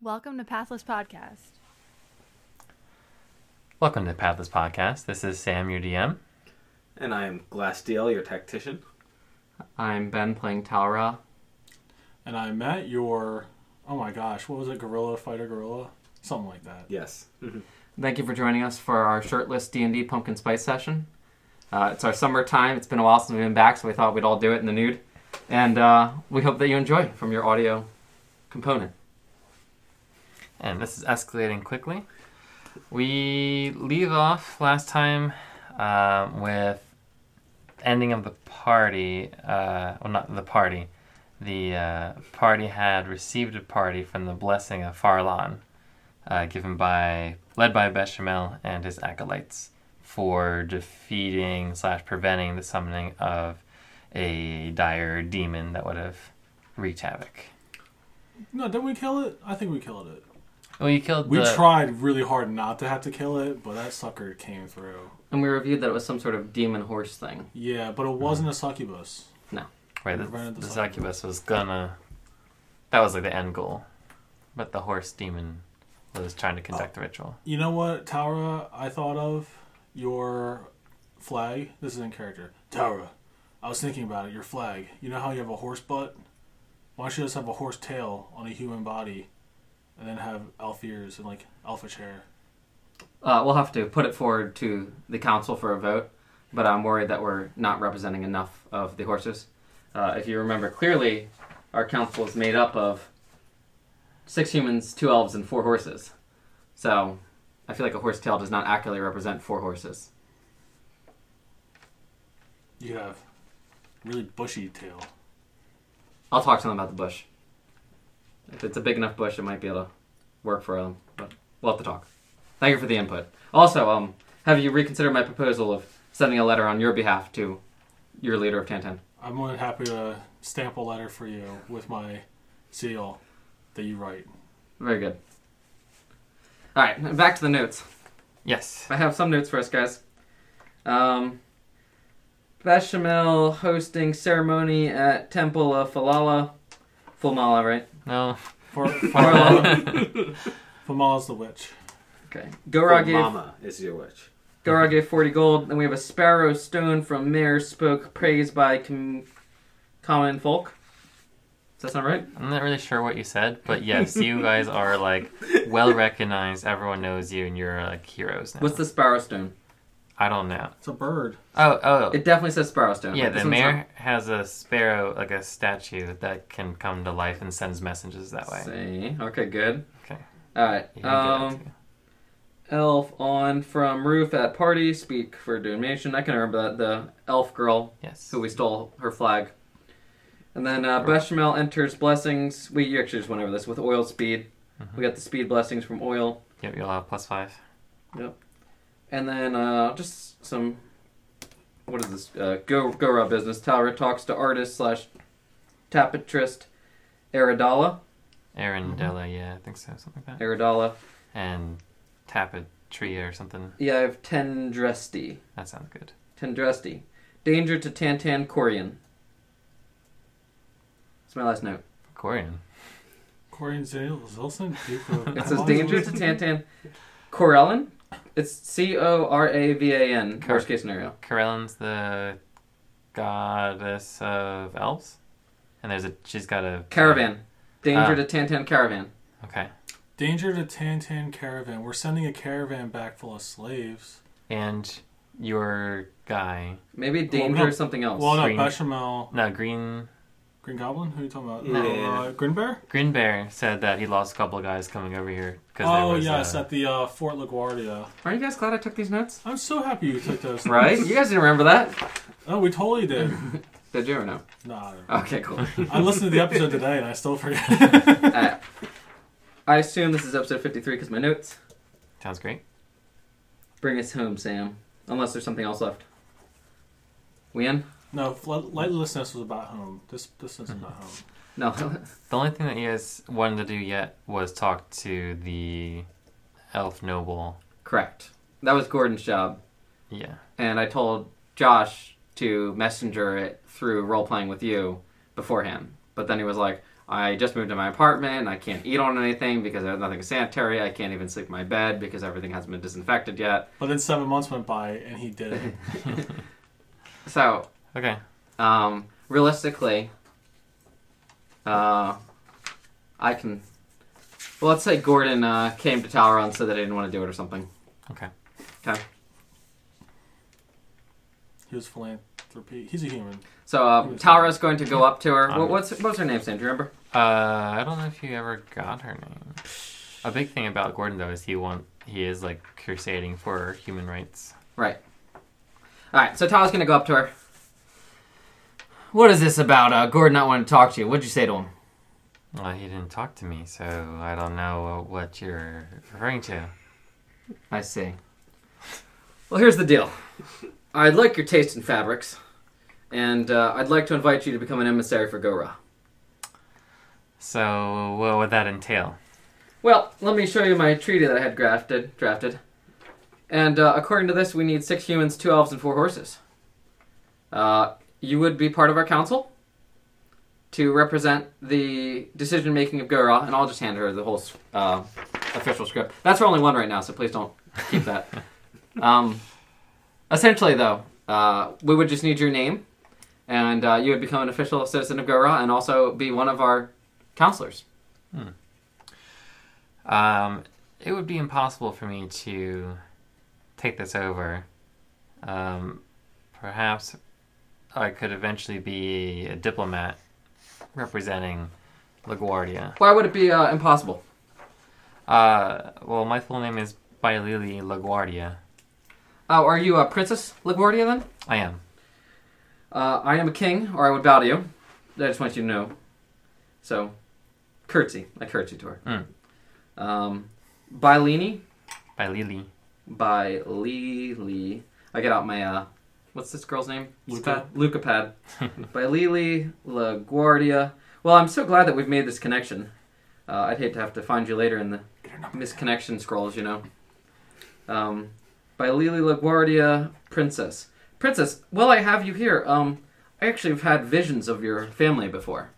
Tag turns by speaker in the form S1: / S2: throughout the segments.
S1: Welcome to Pathless Podcast.
S2: Welcome to Pathless Podcast. This is Sam, your DM.
S3: And I am Glassdale, your tactician.
S4: I'm Ben playing Talra.
S5: And I met your, oh my gosh, what was it? Gorilla fighter gorilla, something like that.
S3: Yes.
S4: Thank you for joining us for our shirtless D&D pumpkin spice session. Uh, it's our summertime. It's been a while since we've been back, so we thought we'd all do it in the nude. And uh, we hope that you enjoy from your audio component.
S2: And this is escalating quickly. We leave off last time um, with ending of the party. Uh, well, not the party. The uh, party had received a party from the blessing of Farlan, uh, given by led by Bechamel and his acolytes for defeating slash preventing the summoning of a dire demon that would have wreaked havoc.
S5: No, didn't we kill it? I think we killed it.
S2: Well, you killed.
S5: We
S2: the...
S5: tried really hard not to have to kill it, but that sucker came through.
S4: And we reviewed that it was some sort of demon horse thing.
S5: Yeah, but it wasn't a succubus.
S2: Right,
S5: We
S2: the,
S5: ran into
S2: the
S5: something.
S2: succubus was gonna. That was like the end goal, but the horse demon was trying to conduct the ritual.
S5: You know what, Tara? I thought of your flag. This is in character. Tara, I was thinking about it. Your flag. You know how you have a horse butt? Why don't you just have a horse tail on a human body, and then have elf ears and like elfish hair?
S4: Uh, we'll have to put it forward to the council for a vote, but I'm worried that we're not representing enough of the horses. Uh, if you remember clearly, our council is made up of six humans, two elves, and four horses. So I feel like a horse tail does not accurately represent four horses.
S5: You could have really bushy tail.
S4: I'll talk to them about the bush. If it's a big enough bush, it might be able to work for them. But we'll have to talk. Thank you for the input. Also, um, have you reconsidered my proposal of sending a letter on your behalf to your leader of Tantan?
S5: I'm more than happy to stamp a letter for you with my seal that you write.
S4: Very good. All right, back to the notes.
S2: Yes.
S4: I have some notes for us, guys. Um, Bechamel hosting ceremony at Temple of Falala. Fulmala, right?
S2: No.
S5: For
S4: Farla.
S5: Famala's the witch.
S4: okay. Gorog
S3: Well,
S4: gave
S3: Mama is your witch.
S4: Gara gave 40 gold. Then we have a sparrow stone from Mayor Spoke, praised by com- common folk. Does that sound right?
S2: I'm not really sure what you said, but yes, you guys are like well recognized. Everyone knows you, and you're like heroes now.
S4: What's the sparrow stone?
S2: I don't know.
S5: It's a bird.
S2: Oh, oh,
S4: It definitely says sparrow stone.
S2: yeah.
S4: but this
S2: The
S4: one's
S2: mayor has a sparrow, like a statue that can come to life and sends messages that
S4: not-
S2: way.
S4: See? Okay, good.
S2: Okay.
S4: All right.
S2: You can get it
S4: Um,
S2: too.
S4: elf on from roof at party. Speak for donation. I can remember that the elf girl
S2: yes.
S4: who we stole her flag. And then uh,
S2: Right.
S4: Bechamel enters blessings. We actually just went over this with oil speed. We got the speed blessings from oil.
S2: Yep. You'll have plus five.
S4: And then uh, just some, what is this? Uh, go go raw business. Talra talks to artist slash tapetrist Aridala. Mm-hmm.
S2: Arendella. Yeah, I think so. Something like that.
S4: Aridala.
S2: And tapestry or something.
S4: Yeah, E I have Tendresti.
S2: That sounds good.
S4: Tendresti. Danger to Tantan Corian. That's my last note.
S2: Corian.
S5: Corian Zil- Zilson? Duke of-
S4: It says danger to Tantan Corellan. It's C O R A V A N. Worst case scenario.
S2: Corellan's the goddess of elves, and there's a she's got a
S4: Caravan. Danger
S2: Ah.
S4: to Tantan Caravan.
S2: Okay,
S5: Danger to Tantan Caravan. We're sending a caravan back full of slaves.
S2: and your guy,
S4: Maybe danger
S5: no.
S4: or something else.
S5: Well, no,
S2: Green-
S5: Bechamel.
S2: no Green
S5: Green Goblin? Who are you talking about?
S3: Yeah.
S5: Uh, Green Bear?
S2: Green Bear said that he lost a couple of guys coming over here because
S5: Oh,
S2: there was
S5: yes,
S2: a-
S5: at the uh, Fort LaGuardia.
S4: Are you guys glad I took these notes?
S5: I'm so happy you took those.
S4: Right? You guys didn't remember that?
S5: Oh, we totally did.
S4: Did you or no?
S5: Nah.
S4: Okay, cool.
S5: I listened to the episode today and I still forget.
S4: Uh, I assume this is episode 53 because my notes
S2: sounds great.
S4: bring us home, Sam. Unless there's something else left. We in?
S5: No, Fl- Lightlessness was about home. This this isn't about
S4: Mm-hmm.
S5: home.
S4: No.
S2: The only thing that you guys wanted to do yet was talk to the elf noble.
S4: Correct. That was Gordon's job.
S2: Yeah,
S4: And I told Josh to messenger it through role playing with you beforehand. But then he was like, I just moved to my apartment. I can't eat on anything because there's nothing sanitary. I can't even sleep in my bed because everything hasn't been disinfected yet.
S5: But then seven months went by and he did it.
S4: So
S2: Okay.
S4: um, realistically, uh, I can. Well, let's say Gordon uh, came to Talron and said that he didn't want to do it or something.
S2: Okay.
S4: Okay.
S5: He was philanthropy. He's a human.
S4: So um, Talra's going to go up to her. What,
S2: Um,
S4: what's what's her name, Sam? Do you remember?
S2: Uh, I don't know if you ever got her name. A big thing about Gordon though is he want he is like crusading for human rights.
S4: Right. All right. So Talra's going to go up to her. What is this about? Uh, Gordon not wanting to talk to you. What'd you say to him?
S2: Well, he didn't talk to me, so I don't know what you're referring to.
S4: I see. Well, here's the deal. I'd like your taste in fabrics, and uh, I'd like to invite you to become an emissary for Gora.
S2: So what would that entail?
S4: Well, let me show you my treaty that I had drafted. Drafted, and uh, according to this, we need six humans, two elves, and four horses. Uh, you would be part of our council to represent the decision making of Gora, and I'll just hand her the whole s- uh, official script. That's her only one right now, so please don't keep that. um, essentially, though, uh, we would just need your name, and uh, you would become an official citizen of Gora, and also be one of our counselors.
S2: Um, it would be impossible for me to take this over. Um, perhaps I could eventually be a diplomat representing LaGuardia.
S4: Why would it be uh, impossible?
S2: Uh, well, my full name is Bailili LaGuardia.
S4: Oh, are you a Princess LaGuardia then?
S2: I am.
S4: Uh, I am a king, or I would bow to you. I just want you to know. So, curtsy. I curtsy to her. Um, by Lini,
S2: Bailili.
S4: by Lili. I get out my, uh, what's this girl's name?
S5: Luca.
S4: Luca pad. by Lili LaGuardia. Well, I'm so glad that we've made this connection. Uh, I'd hate to have to find you later in the misconnection scrolls, you know. Um, by Lily LaGuardia, Princess. Princess, while I have you here, um, I actually have had visions of your family before.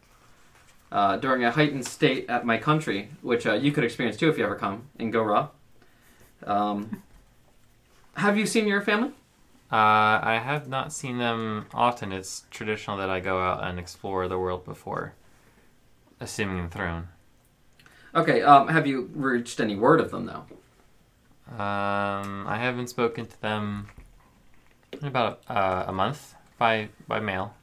S4: Uh, during a heightened state at my country, which uh, you could experience too if you ever come in Gora. Um, have you seen your family?
S2: Uh, I have not seen them often. It's traditional that I go out and explore the world before assuming the throne.
S4: Okay, um, have you reached any word of them though?
S2: Um, I haven't spoken to them in about uh, a month by by mail.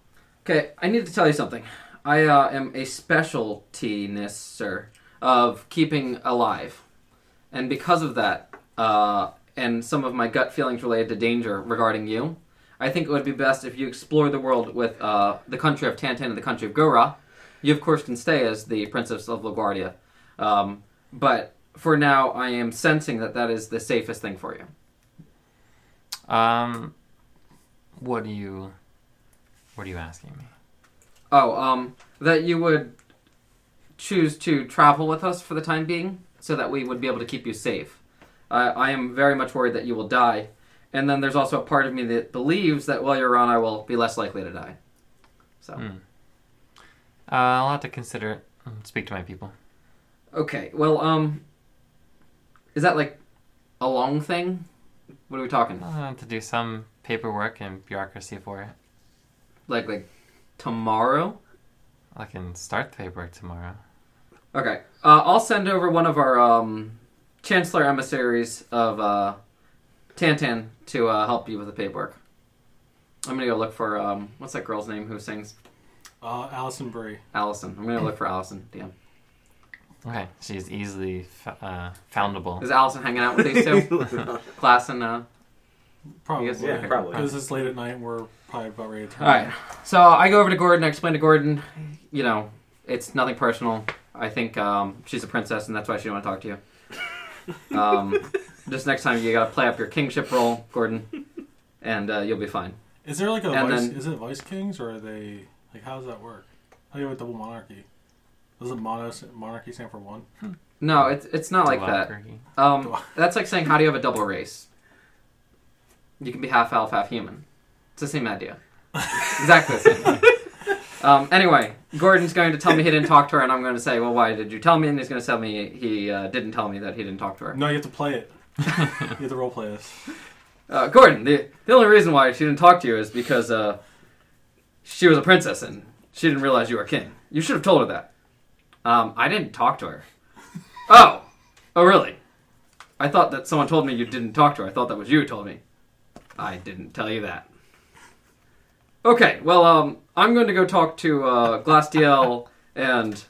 S4: Okay, I need to tell you something. I uh, am a specialtiness, sir, of keeping alive. And because of that, uh, and some of my gut feelings related to danger regarding you, I think it would be best if you explore the world with uh, the country of Tantan and the country of Gora. You, of course, can stay as the Princess of LaGuardia. Um, but for now, I am sensing that that is the safest thing for you.
S2: Um, what do you what are you asking me?
S4: Oh, um, that you would choose to travel with us for the time being, so that we would be able to keep you safe. I I am very much worried that you will die, and then there's also a part of me that believes that while you're around, I will be less likely to die. So,
S2: Hmm. Uh, I'll have to consider it. and Speak to my people.
S4: okay, well, um, is that like a long thing? What are we talking?
S2: I'll have Uh, to do some paperwork and bureaucracy for it.
S4: Like, like tomorrow?
S2: I can start the paperwork tomorrow.
S4: Okay. Uh, I'll send over one of our um, Chancellor emissaries of uh, Tantan to uh, help you with the paperwork. I'm gonna go look for um, what's that girl's name who sings?
S5: Uh, Allison Brie.
S4: Allison. I'm gonna look for Allison. Damn.
S2: Okay, she's easily fa- uh, foundable.
S4: Is Allison hanging out with these two? Class and uh.
S5: Probably.
S4: Yes,
S3: yeah, probably.
S5: Because it's late at night and we're probably about ready to turn.
S4: All right. So I go over to Gordon. I explain to Gordon, you know, it's nothing personal. I think um, she's a princess, and that's why she didn't want to talk to you. Um, just next time, you gotta play up your kingship role, Gordon, and uh, you'll be fine.
S5: Is there like a
S4: And
S5: vice?
S4: then-
S5: Is it vice kings or are they like? How does that work? How do you have a double monarchy? Doesn't mono, monarchy stand for one?
S4: No, it's it's not like that.
S2: Democracy.
S4: Um, that's like saying, how do you have a double race? You can be half elf, half human. It's the same idea. Exactly the same. Um, anyway, Gordon's going to tell me he didn't talk to her, and I'm going to say, well, why did you tell me? And he's going to tell me he uh, didn't tell me that he didn't talk to her.
S5: No, you have to play it. you have to role play this.
S4: Uh, Gordon, the, the only reason why she didn't talk to you is because uh, she was a princess and she didn't realize you were king. You should have told her that. Um, I didn't talk to her. Oh, oh really? I thought that someone told me you didn't talk to her. I thought that was you who told me. I didn't tell you that. Okay, well, um, I'm going to go talk to uh, Glastiel and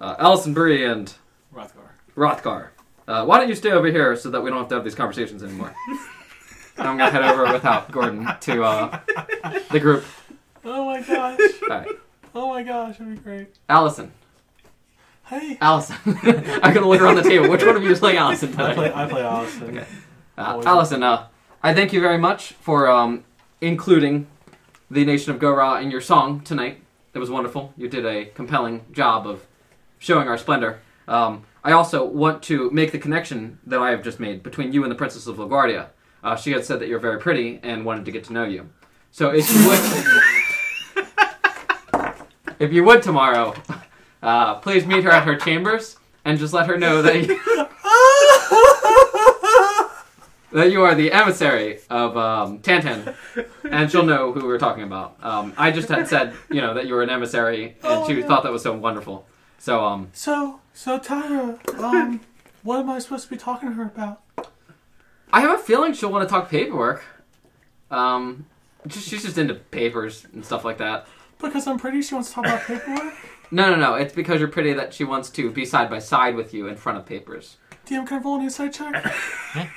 S4: uh, Allison Bree and
S5: Rothgar.
S4: Rothgar, uh, why don't you stay over here so that we don't have to have these conversations anymore? and I'm gonna head over without Gordon to uh, the group.
S5: Oh my gosh.
S4: All right,
S5: Oh my gosh, that'd be great.
S4: Allison,
S5: Hey.
S4: Allison. I'm gonna look around the table. Which one of you is playing Allison
S5: I play
S4: tonight?
S5: I play Allison.
S4: Okay. Uh, Allison, uh, I thank you very much for um, including the nation of Gorah in your song tonight. It was wonderful. You did a compelling job of showing our splendor. Um, I also want to make the connection that I have just made between you and the Princess of LaGuardia. Uh, she had said that you're very pretty and wanted to get to know you. So if you would, if you would tomorrow, uh, please meet her at her chambers and just let her know that you, that you are the emissary of um, Tantan, and she'll know who we're talking about. Um, I just had said, you know, that you were an emissary, and
S5: Oh,
S4: she
S5: yeah.
S4: thought that was so wonderful. So um,
S5: So, so Tyra, um, what am I supposed to be talking to her about?
S4: I have a feeling she'll want to talk paperwork. Um, just, she's just into papers and stuff like that.
S5: Because I'm pretty she wants to talk about paperwork.
S4: No, no, no. It's because you're pretty that she wants to be side by side with you in front of papers.
S5: DM, can I roll an insight check?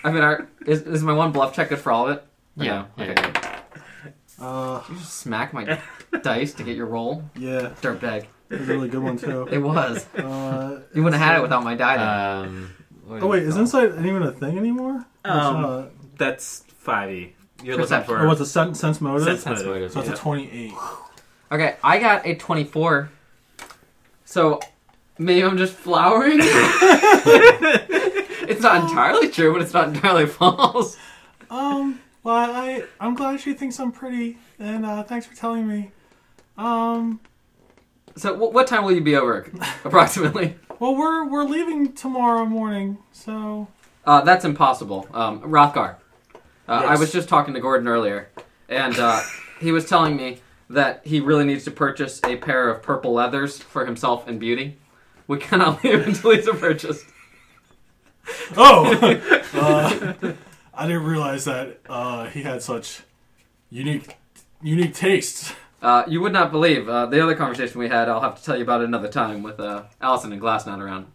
S4: I mean, our, is, is my one bluff check good for all of it? Or
S2: Yeah,
S4: no?
S2: yeah,
S4: Okay.
S5: Uh,
S4: You just smack my dice to get your roll.
S5: yeah,
S4: Dirtbag.
S5: it's a really good one too.
S4: It was.
S5: Uh,
S4: You wouldn't have had it without my die. then.
S2: Um, what do
S5: oh
S2: you
S5: wait, is
S2: call it?
S5: insight even a thing anymore?
S3: Um,
S5: Or it's
S3: That's 5e. You're
S4: Perception.
S5: not. or oh, what's a sense, sense motive?
S3: Sense
S2: oh, That's what it is.
S5: so it's
S2: yeah.
S5: a twenty-eight.
S4: Okay, I got a 24. So maybe I'm just flowering? it's not entirely true, but it's not entirely false.
S5: Um, well, I I'm glad she thinks I'm pretty, and uh, thanks for telling me. Um,
S4: So wh- what time will you be over, approximately?
S5: well, we're we're leaving tomorrow morning, so
S4: Uh, that's impossible. Um, Rothgar. Uh, I
S3: Yes.
S4: was just talking to Gordon earlier, and uh, he was telling me that he really needs to purchase a pair of purple leathers for himself and Beauty. We cannot leave until these are purchased.
S5: Oh, uh, I didn't realize that uh, he had such unique, unique tastes.
S4: Uh, you would not believe uh, the other conversation we had. I'll have to tell you about it another time with uh, Allison and Glass not around.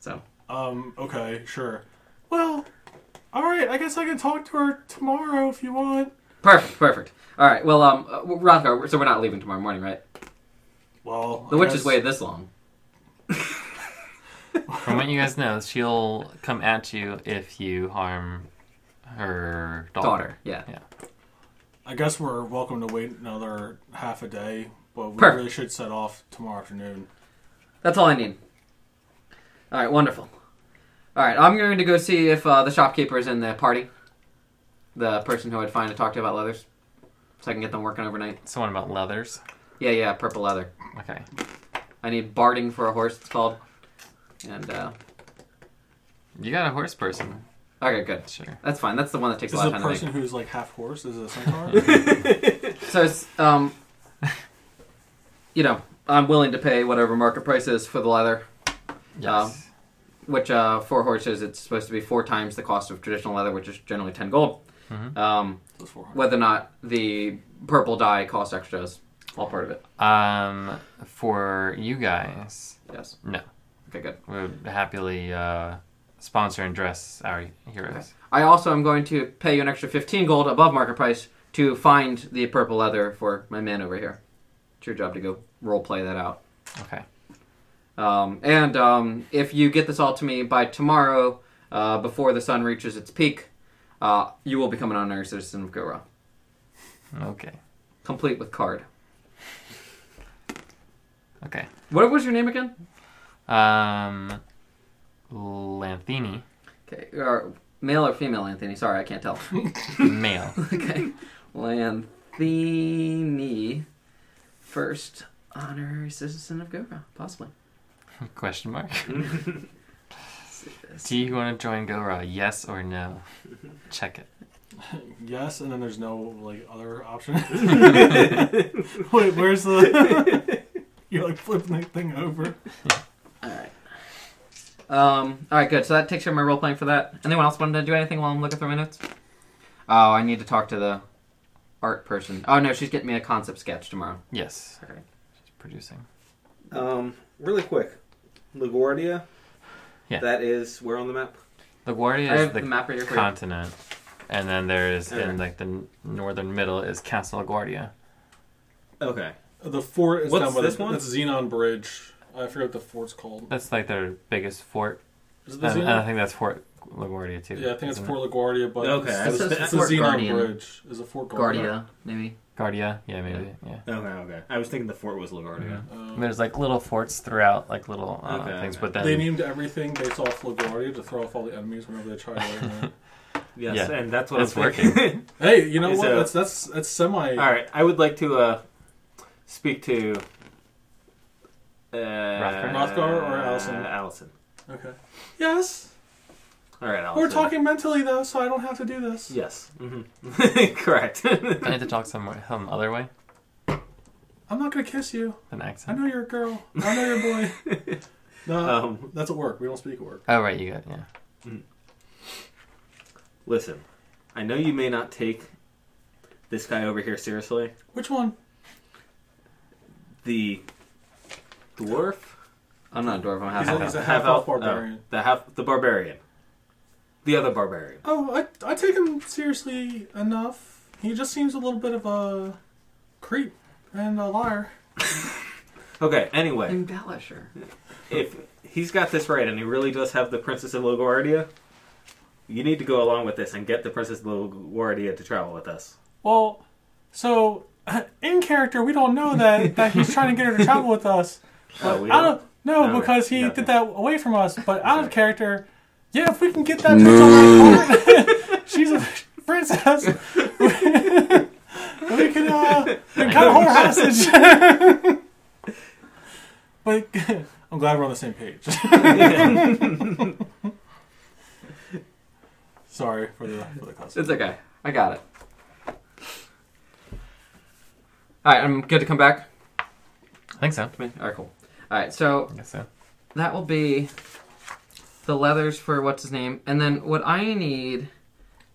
S4: So
S5: Um, okay, sure. Well, all right. I guess I can talk to her tomorrow if you want.
S4: perfect, perfect. All right. Well, um, uh, Rothgar. So we're not leaving tomorrow morning, right?
S5: Well,
S4: The
S5: I
S4: witch
S5: guess-
S4: has waited this long.
S2: From what you guys know, she'll come at you if you harm her daughter.
S4: Daughter. Yeah.
S5: I guess we're welcome to wait another half a day, but we
S4: Perfect.
S5: really should set off tomorrow afternoon.
S4: That's all I need. All right, wonderful. All right, I'm going to go see if uh, the shopkeeper is in the party. The person who I'd find to talk to about leathers, so I can get them working overnight.
S2: Someone about leathers.
S4: Yeah, yeah, purple leather.
S2: Okay.
S4: I need barding for a horse. It's called. And uh,
S2: You got a horse person.
S4: okay, good.
S2: Sure.
S4: That's fine. That's the one that takes
S5: Is
S4: a lot
S5: this
S4: of
S5: a
S4: time.
S5: person who's like half horse? Is it a centaur?
S4: to make. So it's um, you know, I'm willing to pay whatever market price is for the leather.
S2: Yes.
S4: which uh, for horses it's supposed to be four times the cost of traditional leather, which is generally ten gold.
S2: Mhm.
S4: Um,
S5: Those four hundred.
S4: whether or not the purple dye costs extra is all part of it.
S2: Um, for you guys,
S4: Yes.
S2: No.
S4: Okay, good.
S2: we would happily uh, sponsor and dress our heroes.
S4: I also am going to pay you an extra fifteen gold above market price to find the purple leather for my man over here. It's your job to go role play that out.
S2: Okay.
S4: Um, and um, if you get this all to me by tomorrow, uh, before the sun reaches its peak, uh, you will become an honorary citizen of Gora,
S2: Okay.
S4: complete with card.
S2: Okay.
S4: What was your name again?
S2: Um, Lanthini,
S4: Okay, or male or female, Anthony? Sorry, I can't tell.
S2: male.
S4: okay, Lanthini first honorary citizen of Gora, possibly.
S2: Question mark. Do you want to join Gora? Yes or no? Check it.
S5: yes, and then there's no like other option. Wait, where's the? You're like flipping the thing over.
S4: All right. Um, all right, good. So that takes care of my role playing for that. Anyone else want to do anything while I'm looking through my notes? Oh, I need to talk to the art person. Oh no, she's getting me a concept sketch tomorrow.
S2: Yes.
S4: Okay.
S2: She's producing.
S3: Um, really quick, LaGuardia.
S2: Yeah.
S3: That is where on the map?
S2: LaGuardia
S4: I
S2: is
S4: have
S2: the
S4: the map right here for you.
S2: continent, and then there is in
S3: Alright.
S2: like the n- northern middle is Castle LaGuardia.
S3: Okay.
S5: The fort is
S3: What's
S5: down by
S3: this
S5: the,
S3: one?
S5: It's Xenon Bridge. I forget what the fort's called.
S2: That's like their biggest fort,
S5: Is
S3: Uh,
S5: it the
S2: and, and I
S5: Xenon?
S2: think that's Fort LaGuardia too.
S5: Yeah, I think it's
S2: isn't
S5: Fort LaGuardia, but
S3: Okay, I
S5: it's,
S3: was-
S5: it's,
S3: that's
S5: the
S4: Fort
S5: Xenon
S4: Guardian.
S5: Bridge. Is it Fort Guardian?
S4: Guardia, maybe.
S2: it? Guardia. Yeah, maybe. Yeah.
S3: Okay, okay. I was thinking the fort was LaGuardia.
S5: Um,
S2: And There's like little forts throughout, like little uh,
S3: Okay,
S2: things,
S3: okay.
S2: but then
S5: they named everything based off LaGuardia to throw off all the enemies whenever they try to. uh,
S3: Yes,
S2: Yeah.
S3: and that's what
S2: It's
S3: I'm thinking.
S5: hey, you know
S3: Is
S5: what?
S3: it-
S5: That's that's that's semi.
S3: All right, I would like to uh, speak to uh, Rothgar.
S5: Rothgar or Allison?
S3: Allison.
S5: Okay. Yes,
S3: All right, Allison.
S5: we're talking mentally though, so I don't have to do this.
S3: Yes. hmm Correct.
S2: I need to talk some some other way
S5: I'm not gonna kiss you.
S2: than
S5: I
S2: accent.
S5: know you're a girl. I know you're a boy. no,
S3: um,
S5: that's at work. We don't speak at work.
S2: Oh right, you got yeah.
S3: listen, I know you may not take this guy over here seriously.
S5: Which one?
S3: The dwarf,
S4: I'm not a dwarf. I'm half
S5: He's a,
S4: elf.
S5: he's a half elf barbarian.
S3: oh, the half, the barbarian, the other barbarian.
S5: Oh, I I take him seriously enough. He just seems a little bit of a creep and a liar.
S3: Okay. Anyway,
S4: Embellisher.
S3: if he's got this right and he really does have the Princess of LaGuardia, you need to go along with this and get the Princess of LaGuardia to travel with us.
S5: Well, so in character, we don't know that that he's trying to get her to travel with us.
S3: Uh, we
S5: I don't know
S3: No,
S5: because he
S3: no.
S5: did that away from us. But out of
S3: right.
S5: character, yeah, if we can get that bitch on our part, she's a princess. we can uh, we can cut her hostage. but I'm glad we're on the same page. Sorry for the for the cuss.
S4: It's okay. I got it. All right, I'm good to come back.
S2: I think so.
S4: All right, cool. All right, so
S2: I guess so.
S4: that will be the leathers for what's his name, and then what I need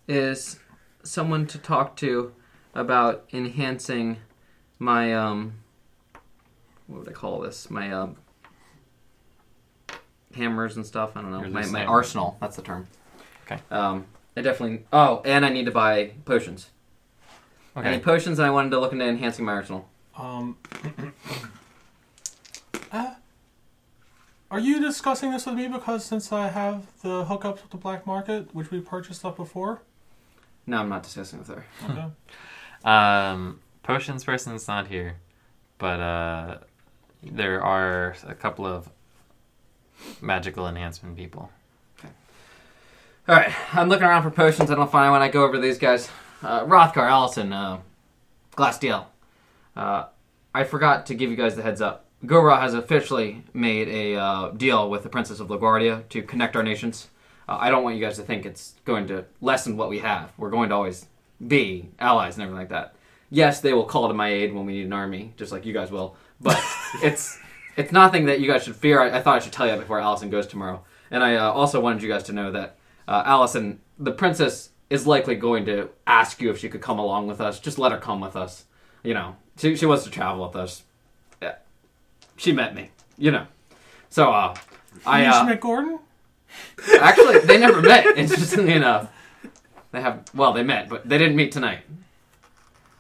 S4: is someone to talk to about enhancing my um. What would I call this? My um. Hammers and stuff. I don't know.
S2: Your
S4: My,
S2: loose
S4: my
S2: hammer.
S4: arsenal. That's the term.
S2: Okay.
S4: Um, I definitely. Oh, and I need to buy potions. I
S2: Okay.
S4: need potions, and I wanted to look into enhancing my arsenal.
S5: Um, uh, are you discussing this with me because since I have the hookups with the black market, which we purchased up before?
S4: No, I'm not discussing with her.
S5: Okay.
S2: Um, potions person's not here, but uh, there are a couple of magical enhancement people.
S4: All right, I'm looking around for potions. I don't find one. I go over these guys: uh, Rothgar, Allison, uh, Glassdale. Uh, I forgot to give you guys the heads up. Gora has officially made a uh, deal with the Princess of LaGuardia to connect our nations. Uh, I don't want you guys to think it's going to lessen what we have. We're going to always be allies and everything like that. Yes, they will call to my aid when we need an army, just like you guys will. But it's it's nothing that you guys should fear. I, I thought I should tell you that before Allison goes tomorrow. And I uh, also wanted you guys to know that uh, Allison, the princess, is likely going to ask you if she could come along with us. Just let her come with us. You know, she she wants to travel with us. Yeah. She met me. You know, so uh, I
S5: you
S4: uh,
S5: Schmidt Gordon?
S4: Actually, they never met. Interestingly enough, they have. Well, they met, but they didn't meet tonight.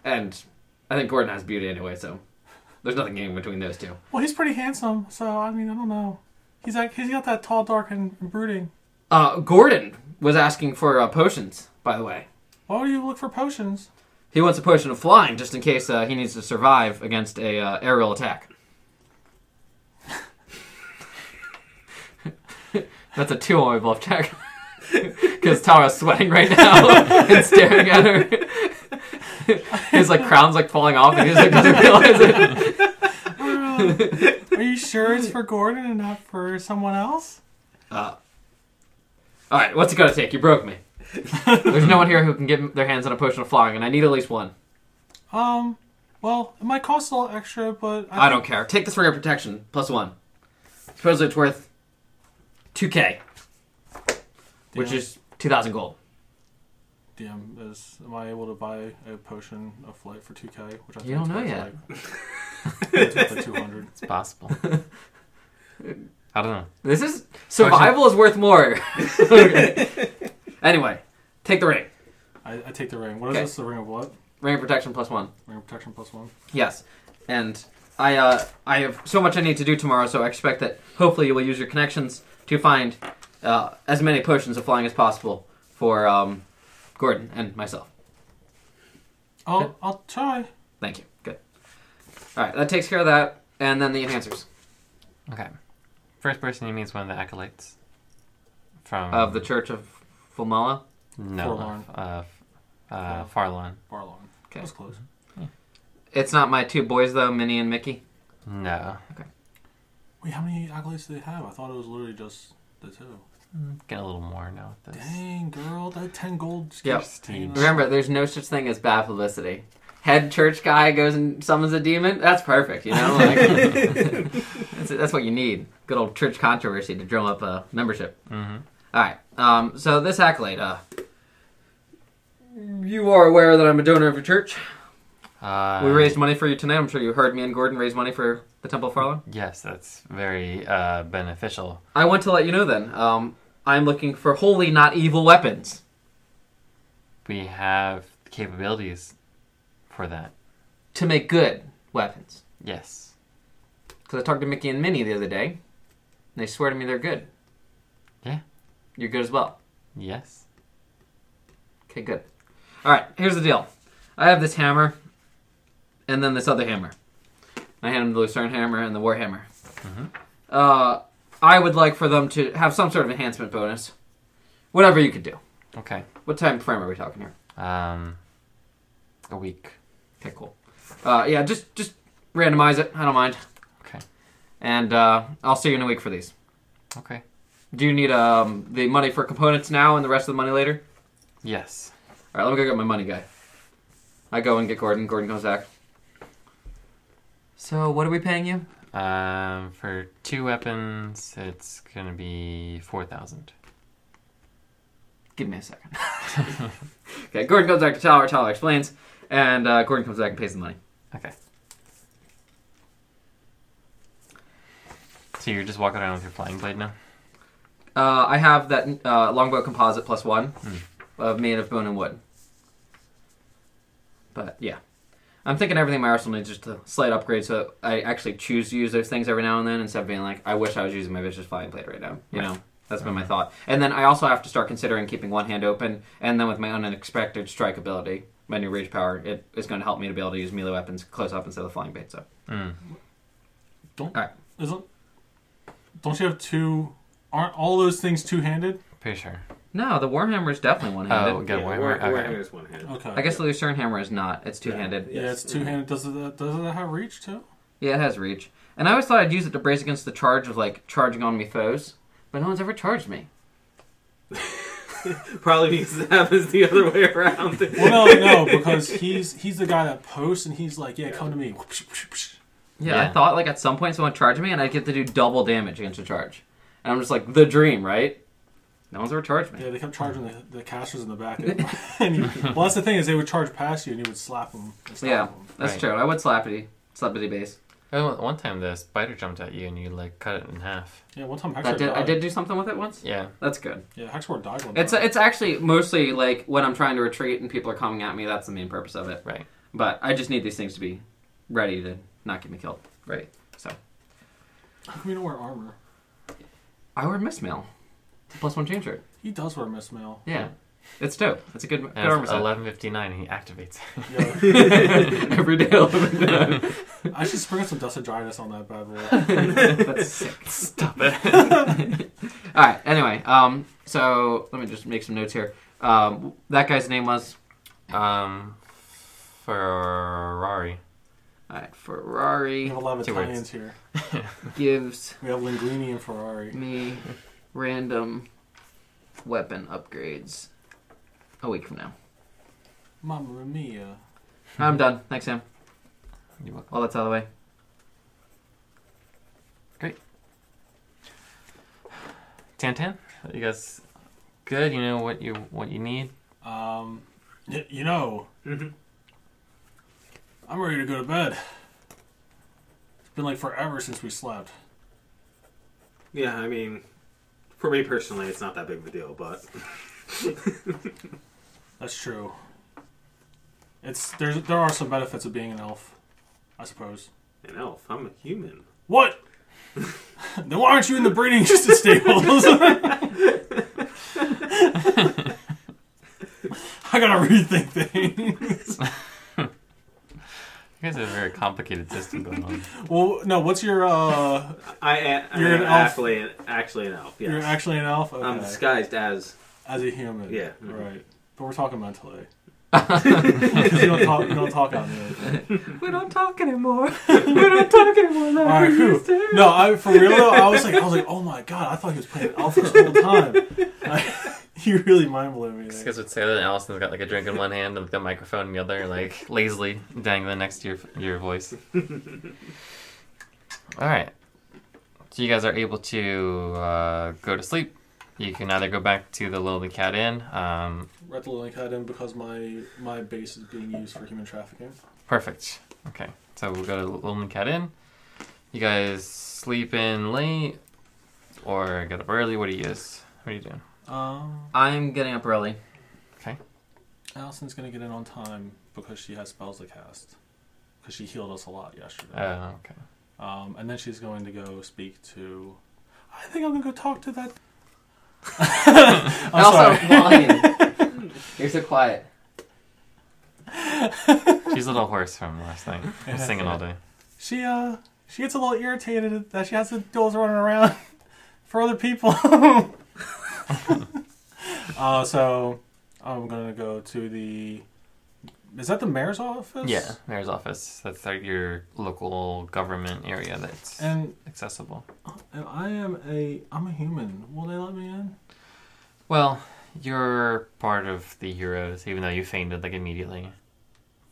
S4: And I think Gordon has beauty anyway, so there's nothing in between those two.
S5: Well, he's pretty handsome, so I mean, I don't know. He's like he's got that tall, dark, and, and brooding.
S4: Uh, Gordon was asking for uh, potions, by the way.
S5: Why would you look for potions?
S4: He wants a potion of flying just in case uh, he needs to survive against a uh, aerial attack. That's a two on my bluff check. Because Tara's sweating right now and staring at her. his like crown's like falling off, and he just like, doesn't realize it.
S5: Are you sure it's for Gordon and not for someone else?
S4: Uh, all right, what's it gonna take? You broke me. There's no one here who can get their hands on a potion of flowering, and I need at least one.
S5: Um, well, it might cost a little extra, but
S4: I don't care. Take this ring of protection plus one. Suppose it's worth two k, which
S5: Damn.
S4: is two thousand gold.
S5: Damn, is am I able to buy a potion of flight for two k? Which I
S4: You don't know
S5: yet. Like, two hundred.
S2: It's possible. I don't know.
S4: This is survival is worth more. Okay. Anyway, take the ring.
S5: I, I take the ring. What is
S4: Okay.
S5: this? The ring of what?
S4: Ring of protection plus one.
S5: Ring of protection plus one.
S4: Yes, and I uh, I have so much I need to do tomorrow, so I expect that hopefully you will use your connections to find uh, as many potions of flying as possible for um, Gordon and myself.
S5: I'll I'll try.
S4: Thank you. Good. All right, that takes care of that, and then the enhancers
S2: Okay. First person you meet is one of the acolytes from
S4: of the Church of Fulmala.
S2: no
S5: Forlorn.
S2: of uh, Farlon.
S5: Barlon.
S4: Okay.
S5: That was close.
S4: It's not my two boys though, Minnie and Mickey.
S2: No,
S5: Wait, how many accolades do they have? I thought it was literally just the two.
S2: getting a little more now. With this.
S5: Dang, girl, that ten gold. just
S4: Yep.
S5: keeps hanging out.
S4: Remember, there's no such thing as bad publicity. Head church guy goes and summons a demon. That's perfect, you know. Like, that's, that's what you need. Good old church controversy to drum up a membership.
S2: Mhm.
S4: All right. Um, so this accolade. Uh, you are aware that I'm a donor of your church.
S2: Uh,
S4: we raised money for you tonight. I'm sure you heard me and Gordon raise money for the Temple of Farlow.
S2: Yes, that's very uh, beneficial.
S4: I want to let you know then. Um, I'm looking for holy, not evil weapons.
S2: We have capabilities for that.
S4: to make good weapons.
S2: Yes.
S4: Because I talked to Mickey and Minnie the other day, and they swear to me they're good.
S2: Yeah.
S4: You're good as well.
S2: Yes.
S4: Okay, good. All right, here's the deal. I have this hammer, and then this other hammer. I hand them the Lucerne hammer and the War hammer.
S2: Mm-hmm.
S4: Uh, I would like for them to have some sort of enhancement bonus. Whatever you could do.
S2: Okay.
S4: What time frame are we talking here?
S2: Um, a week.
S4: Okay, cool. Uh, yeah, just just randomize it. I don't mind.
S2: Okay.
S4: And uh, I'll see you in a week for these.
S2: Okay.
S4: Do you need um, the money for components now and the rest of the money later?
S2: Yes.
S4: All right, let me go get my money guy. I go and get Gordon. Gordon comes back. So, what are we paying you?
S2: Um, for two weapons, it's gonna be four thousand.
S4: Give me a second. okay, Gordon comes back to Tyler. Tyler explains, and uh, Gordon comes back and pays the money.
S2: Okay. So you're just walking around with your flying blade now?
S4: Uh, I have that uh, longbow composite plus one of made of bone and wood. But yeah, I'm thinking everything in my arsenal needs just a slight upgrade, so I actually choose to use those things every now and then instead of being like, I wish I was using my vicious flying blade right now. You know, that's been my thought. And then I also have to start considering keeping one hand open, and then with my unexpected strike ability, my new rage power, it is going to help me to be able to use melee weapons close up instead of flying blade. So
S2: Mm.
S5: Don't
S4: Alright.
S5: isn't don't you have two? Aren't all those things two-handed?
S2: Pretty sure.
S4: no, the warhammer is definitely one handed.
S2: Oh, good
S3: yeah,
S2: Warhammer.
S3: War-
S2: okay.
S3: Warhammer is one hand.
S5: Okay.
S4: I guess the lucerne hammer is not. It's two handed.
S5: Yeah,
S3: Yes.
S5: it's two-handed. Does it does it have reach too?
S4: Yeah, it has reach. And I always thought I'd use it to brace against the charge of like charging on me foes, but no one's ever charged me.
S3: Probably because it happens the other way around.
S5: Well, no, no, because he's he's the guy that posts and he's like, yeah, come to me.
S4: Yeah, I
S2: Yeah.
S4: thought like at some point someone charged me and I'd get to do double damage against a charge. And I'm just like, the dream, right? No one's ever charged me.
S5: Yeah, they kept charging
S4: Mm-hmm.
S5: the, the casters in the back. And you- well, that's the thing is they would charge past you and you would slap them. and stop
S4: Yeah.
S5: them.
S4: That's
S2: Right.
S4: true. I would slappity, slappity base.
S2: Oh, one- One time the spider jumped at you and you like cut it in half.
S5: Yeah, one time Hexward
S4: That did,
S5: died.
S4: I did do something with it once.
S2: Yeah.
S4: That's good.
S5: Yeah, Hexward died one
S4: It's
S5: time.
S4: it's actually mostly like when I'm trying to retreat and people are coming at me. That's the main purpose of it.
S2: Right.
S4: But I just need these things to be ready to not get me killed.
S2: Right.
S4: So
S5: How come you don't wear armor?
S4: I wear mismail. It's a plus one chain shirt.
S5: He does wear mismail.
S4: Yeah. It's dope. It's a good, good
S2: And
S4: armor
S2: it's
S4: set.
S2: eleven fifty nine and he activates.
S5: Yeah.
S4: Every day.
S5: I should sprinkle some dust and dryness on that bad boy.
S4: That's sick. Stop it. All right. Anyway, um, so let me just make some notes here. Um, that guy's name was
S2: um Ferrari.
S4: All right,
S5: We
S4: Ferrari
S5: have a lot of
S2: Two words.
S5: Italians here.
S4: gives
S5: We have Linguini and Ferrari.
S4: me random weapon upgrades a week from now.
S5: Mamma mia.
S4: I'm done. Thanks, Sam.
S2: You're welcome.
S4: All that's out of the way.
S2: Tantan, are you guys good? You know what you what you need.
S5: Um, y- you know, I'm ready to go to bed. It's been like forever since we slept.
S3: Yeah, I mean, for me personally, it's not that big of a deal, but
S5: That's true. It's there's there are some benefits of being an elf, I suppose.
S3: an elf, I'm a human.
S5: What? then why aren't you in the breeding stables? I gotta rethink things.
S2: You guys have a very complicated system going on.
S5: Well, no. What's your uh?
S3: I, a- I
S5: You're
S3: am
S5: an elf.
S3: actually, an, actually an elf. Yes,
S5: You're actually an elf.
S3: I'm
S5: Okay.
S3: disguised as.
S5: As a human.
S3: Yeah, mhm.
S5: Right. But we're talking mentally. Because you don't talk, you don't talk on the
S4: We don't talk anymore. we don't talk anymore. Like
S5: All right,
S4: we
S5: who?
S4: used to.
S5: No, I for real though, I was like, I was like, oh my god, I thought he was playing Alpha this whole time. Like, you really mind blew me.
S2: You
S5: there.
S2: guys would say that Allison's got like a drink in one hand and the microphone in the other, like lazily dangling next to your your voice. All right, so you guys are able to uh, go to sleep. You can either go back to the Lowly Cat Inn. Um,
S5: We're at the link had in because my my base is being used for human trafficking.
S2: perfect. Okay, so we'll go to the Lowly Cat Inn. You guys sleep in late or get up early? What do you guys? What are you doing?
S5: Um,
S4: I'm getting up early.
S2: Okay.
S5: Allison's gonna get in on time because she has spells to cast. Because she healed us a lot yesterday.
S2: Uh, okay.
S5: Um, and then she's going to go speak to. I think I'm gonna go talk to that. I'm
S4: also,
S5: sorry.
S4: Lion, You're so quiet.
S2: She's a little hoarse from last night. from Singing all day.
S5: She uh she gets a little irritated that she has the dolls running around for other people. uh, so I'm gonna go to the. Is that the mayor's office?
S2: Yeah, mayor's office. That's like your local government area that's
S5: And,
S2: accessible.
S5: and I am a I'm a human. Will they let me in?
S2: Well, you're part of the heroes, even though you fainted like immediately.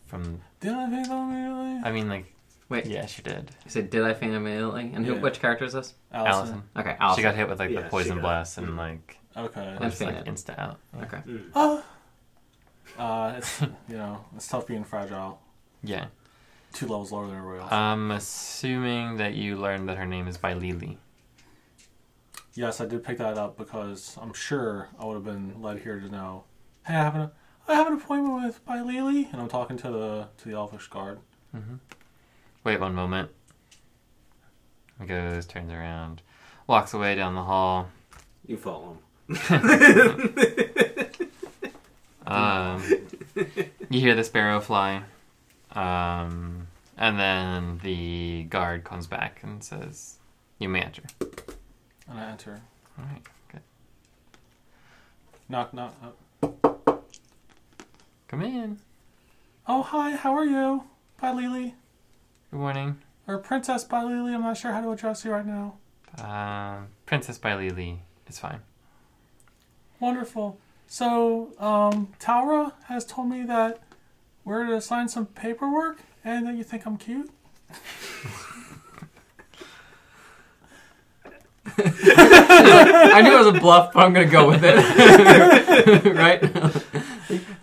S2: From
S5: Did I think that immediately?
S2: I mean, like
S4: Wait.
S2: yeah, she did.
S4: You said, did I faint immediately? And who,
S5: Yeah.
S4: which character is this?
S2: Allison,
S4: Okay, Allison.
S2: she got hit with like
S3: Yeah,
S2: the
S3: she
S2: poison
S3: got-
S2: blast and like
S5: Okay.
S4: And
S2: was like
S4: fainted.
S2: insta out. Yeah.
S4: Okay.
S5: Uh, uh, it's you know it's tough being fragile.
S2: Yeah.
S5: Two levels lower than everybody else.
S2: I'm assuming that you learned that her name is by Lily.
S5: Yes, I did pick that up because I'm sure I would have been led here to know. Hey, I have an I have an appointment with by Lily, and I'm talking to the to the elfish guard.
S2: Wait one moment. He Goes, turns around, walks away down the hall.
S3: You follow him.
S2: Um, you hear the sparrow fly, um, and then the guard comes back and says, "You may enter."
S5: And I enter.
S2: All right,
S5: Knock, knock. knock.
S2: come in.
S5: Oh, hi. How are you, by Lily
S2: Good morning,
S5: or Princess by Lily? I'm not sure how to address you right now.
S2: Um Princess by Lily. It's fine.
S5: Wonderful. So, um, Taura has told me that we're to sign some paperwork, and that you think I'm cute.
S4: I knew it was a bluff, but I'm gonna go with it. right?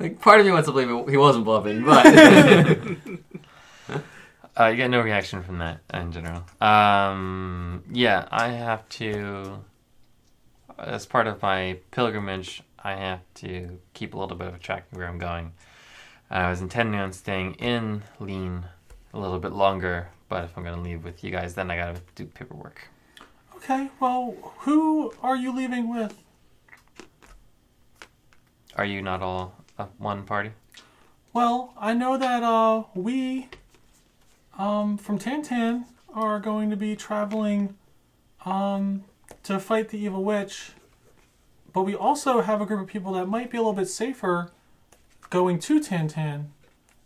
S4: like, part of me wants to believe it, he wasn't bluffing, but
S2: Uh, you get no reaction from that in general. Um, yeah, I have to. As part of my pilgrimage, I have to keep a little bit of track of where I'm going. Uh, I was intending on staying in Lean a little bit longer, but if I'm going to leave with you guys, then I got to do paperwork.
S5: Okay. Well, who are you leaving with?
S2: Are you not all uh, one party?
S5: Well, I know that uh, we um, from Tantan are going to be traveling um, to fight the evil witch, but we also have a group of people that might be a little bit safer going to Tantan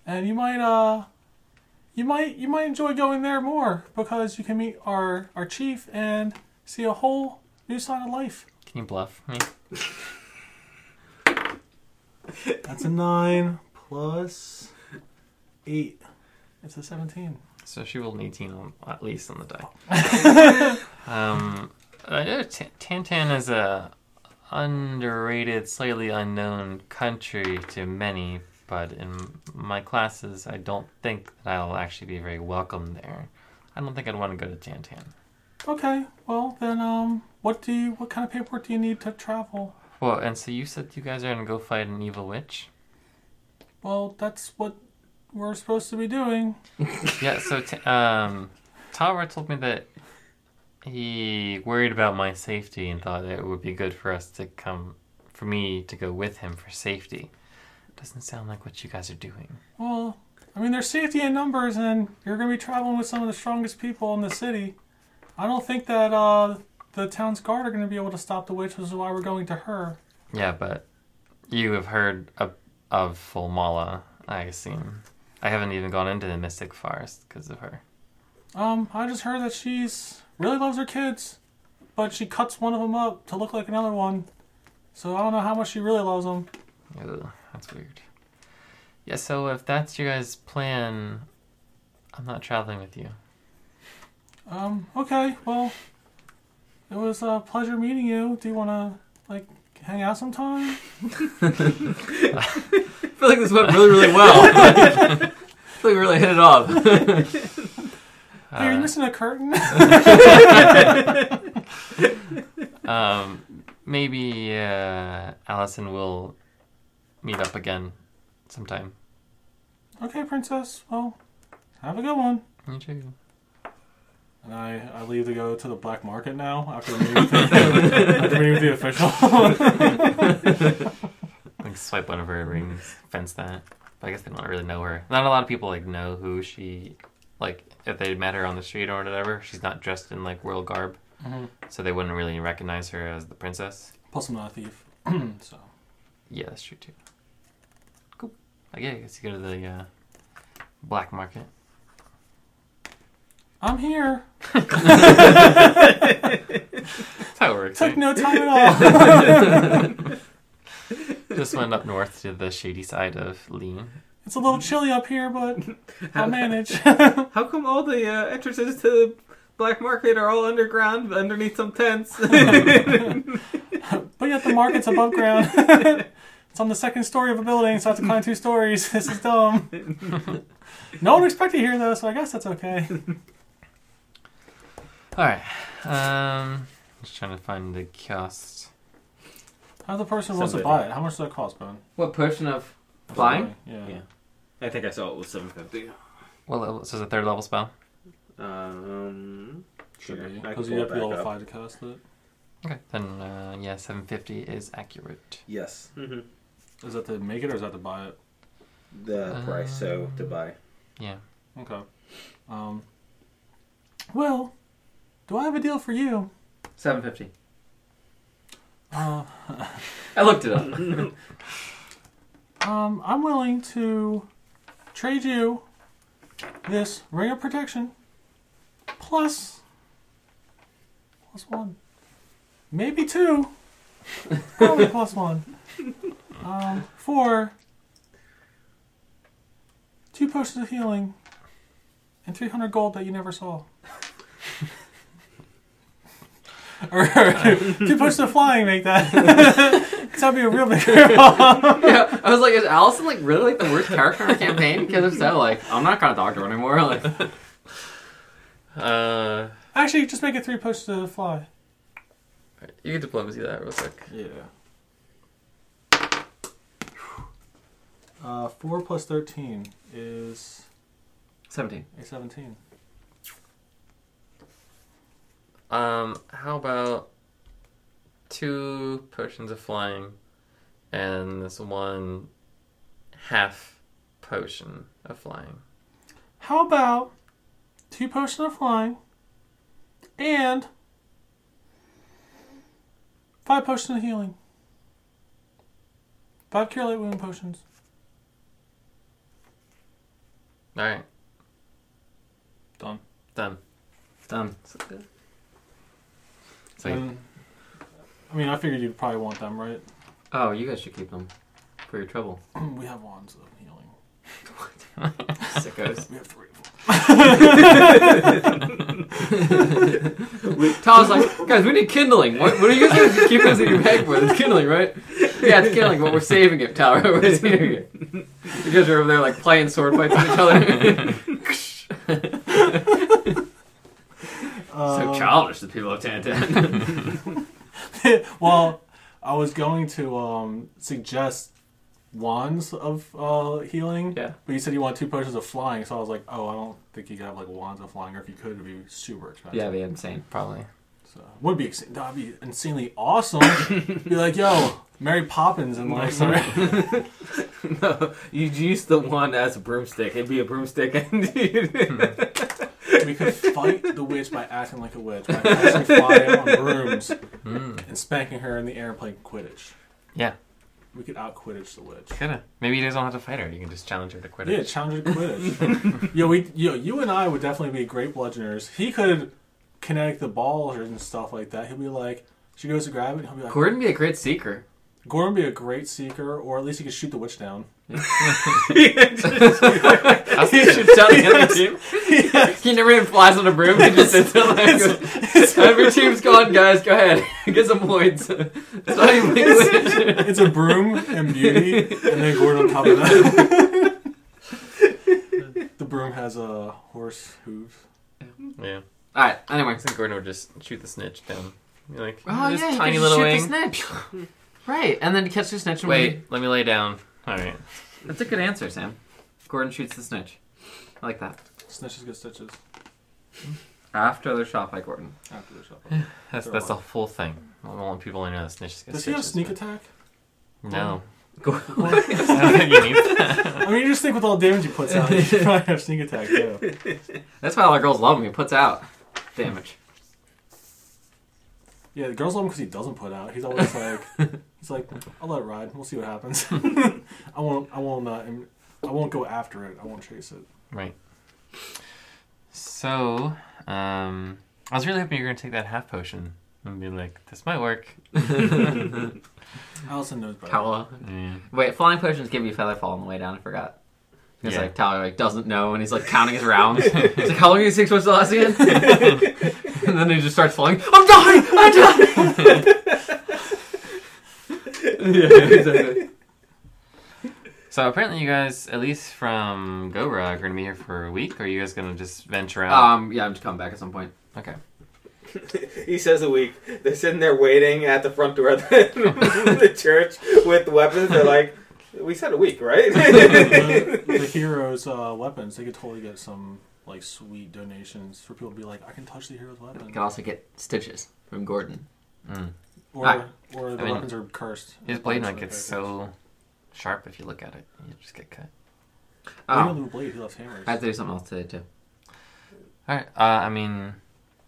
S5: and you might uh you might you might enjoy going there more because you can meet our our chief and see a whole new side of life.
S2: Can you bluff me?
S5: That's a nine plus eight. It's a seventeen.
S2: So she rolled an 18 on, at least on the die. um, uh, yeah, Tan- Tantan is a underrated, slightly unknown country to many, but in my classes, I don't think that I'll actually be very welcome there. I don't think I'd want to go to Tantan.
S5: Okay, well then um what do you what kind of paperwork do you need to travel?
S2: Well, and so you said you guys are going to go fight an evil witch?
S5: Well, that's what we're supposed to be doing.
S2: Yeah, so t- um, Tara told me that he worried about my safety and thought that it would be good for us to come, for me to go with him for safety. Doesn't sound like what you guys are doing.
S5: Well, I mean, there's safety in numbers, and you're going to be traveling with some of the strongest people in the city. I don't think that uh, the town's guard are going to be able to stop the witch, which is why we're going to her.
S2: Yeah, but you have heard of, of Fulmala, I assume. I haven't even gone into the Mystic Forest because of her.
S5: Um, I just heard that she's really loves her kids, but she cuts one of them up to look like another one. So I don't know how much she really loves them.
S2: Ugh, that's weird. Yeah, so if that's your guys' plan, I'm not traveling with you.
S5: Um, okay, well, it was a pleasure meeting you. Do you want to, like, hang out sometime?
S4: I feel like this went really, really well. I feel like we really hit it off.
S5: Hey, are you missing a curtain?
S2: um, maybe uh, Allison will meet up again sometime.
S5: okay, princess. Well, have a good one.
S2: You too.
S5: And I, I leave to go to the black market now after meeting with the, after meeting with the official.
S2: Like swipe one of her rings, fence that. But I guess they don't really know her. Not a lot of people like know who she, like if they met her on the street or whatever. She's not dressed in like royal garb, so they wouldn't really recognize her as the princess.
S5: Plus, I'm not a thief. so,
S2: Yeah, that's true too. Cool. Like, yeah, I guess you go to the uh, black market.
S5: I'm here.
S2: That's how it works.
S5: Took
S2: Right?
S5: no time at all.
S2: Just went up north to the shady side of Lean.
S5: it's a little chilly up here, but I'll manage.
S3: How come all the uh, entrances to the black market are all underground, underneath some tents?
S5: but yet the market's above ground. it's on the second story of a building, so I have to climb two stories. This is dumb. no one expected here, though, so I guess that's okay.
S2: All right. Um, just trying to find the cost.
S5: How the person wants to
S3: Somebody.
S5: buy it? How much does that cost, Ben?
S4: What portion of flying?
S5: Yeah.
S3: Yeah. I think I saw it was 750.
S2: What level? So it's a third level spell.
S3: Um, sure.
S5: Should be.
S3: I can
S5: Because
S3: pull
S5: you have
S3: it
S5: to be
S3: back
S5: able to
S3: up.
S5: find to cast it.
S2: Okay. Then uh, yeah, seven fifty is accurate.
S3: Yes.
S5: Mm-hmm.
S3: hmm
S5: Is that to make it or is that to buy it?
S3: The price, so to buy.
S2: Yeah.
S5: Okay. Um, well, do I have a deal for you?
S4: Seven fifty.
S5: Uh,
S4: Oh. I looked it up.
S5: um, I'm willing to trade you this ring of protection plus plus one, maybe two, probably plus one, um, for two potions of healing and 300 gold that you never saw. or, two potions of flying make that. 'Cause that'd be a real big
S4: yeah, I was like, is Allison like really like the worst character in our campaign? Because if so, like, I'm not gonna talk to her anymore. Like,
S2: Uh,
S5: Actually, just make it three posts to fly.
S2: you can diplomacy that real quick.
S5: Yeah. Uh, four plus thirteen is
S4: seventeen.
S5: a seventeen.
S2: Um, how about two potions of flying, and this one half potion of flying.
S5: How about two potions of flying and five potions of healing? Five cure light wound potions.
S2: All right,
S5: Done.
S2: done.
S4: Done.
S2: So you-
S5: And, I mean, I figured you'd probably want them, right?
S4: Oh, you guys should keep them for your trouble.
S5: we have wands of healing.
S4: Sickos.
S5: We have three of them.
S4: Tom's like, guys, we need kindling. What, what are you guys going to keep us in your bag with? It's kindling, right? Yeah, it's kindling, but we're saving it, Tower. We're saving it. You guys are over there like playing sword fights with each other. so
S5: Um,
S4: childish, the people of Tantan.
S5: well, I was going to um, suggest wands of uh, healing,
S4: Yeah.
S5: but you said you want two potions of flying, so I was like, oh, I don't think you could have like wands of flying, or if you could, it'd be super expensive.
S4: Yeah, be insane.
S2: probably.
S5: So would be ex- that'd be insanely awesome. be like, yo, Mary Poppins and like some
S3: No, you'd use the one as a broomstick. It'd be a broomstick, and you'd-
S5: we could fight the witch by acting like a witch, by passing fire on brooms
S4: Mm.
S5: and spanking her in the air and playing Quidditch.
S2: Yeah,
S5: We could out Quidditch the witch.
S2: coulda. Maybe you guys don't have to fight her. You can just challenge her to quit
S5: Yeah,
S2: it.
S5: challenge her to Quidditch. yo, we yo, you and I would definitely be great bludgeoners. He could kinetic the balls and stuff like that. He'll be like she goes to grab it and he'll be like
S4: Gordon be a great seeker.
S5: Gordon would be a great seeker, or at least he could shoot the witch down.
S4: He shoots out the enemy team. He never even flies on a broom. He just sits there like, every team's gone, guys. Go ahead. Get some points. It's not even English.
S5: It's a broom and beauty, and then Gordon on top of that. the broom has a horse hooves.
S2: Yeah.
S4: All right. Anyway.
S2: I think Gordon would just shoot the snitch down. You're like,
S4: Oh
S2: this
S4: yeah, you
S2: tiny
S4: can
S2: little
S4: shoot
S2: wing.
S4: the snitch. right, and then catch the snitch. And
S2: Wait, let me lay down. All right.
S4: we- that's a good answer, Sam. Gordon shoots the snitch. I like that.
S5: Snitches get stitches
S4: After they're shot by Gordon.
S5: after the shuffle.
S2: That's
S5: They're
S2: that's the
S5: alive.
S2: full thing. I don't want people to know that snitches get
S5: Does he have
S2: stitches,
S5: sneak
S2: but-
S5: attack?
S2: No.
S5: Well,
S2: I don't think he needs that.
S5: I mean, you just think with all the damage he puts out, he should probably have sneak attack too.
S4: That's why all our girls love him. He puts out damage.
S5: Yeah, the girls love him because he doesn't put out. He's always like, he's like, I'll let it ride. We'll see what happens. I won't, I won't, uh, im- I won't go after it. I won't chase it.
S2: Right. So, um, I was really hoping you were gonna take that half potion and be like, "This might work."
S5: Allison knows better.
S4: Tala.
S2: Yeah.
S4: Wait, flying potions give you feather fall on the way down. I forgot. Because
S2: Yeah.
S4: like Tala like doesn't know, and he's like counting his rounds. he's like, "How long do you think it's supposed to last again?" and then he just starts flying. I'm dying. I'm dying. yeah, exactly.
S2: So apparently, you guys, at least from Gobra, are gonna be here for a week. Or are you guys gonna just venture out?
S4: Um, yeah, I'm just coming back at some point.
S2: okay.
S3: he says a week. They're sitting there waiting at the front door of the, the church with weapons. They're like, "We said a week, right?"
S5: the, the heroes' uh, weapons, they could totally get some like sweet donations for people to be like, I can touch the hero's
S4: You
S5: weapon,
S4: can also get stitches from Gordon.
S5: or
S4: Ah.
S5: or the
S2: I mean,
S5: weapons are cursed.
S2: His blade might get so sharp if you look at it. You just get cut.
S5: We
S2: ah.
S5: don't
S4: Oh,
S5: have a blade. He loves hammers.
S4: I have to do something else today too.
S2: All right. Uh, I mean,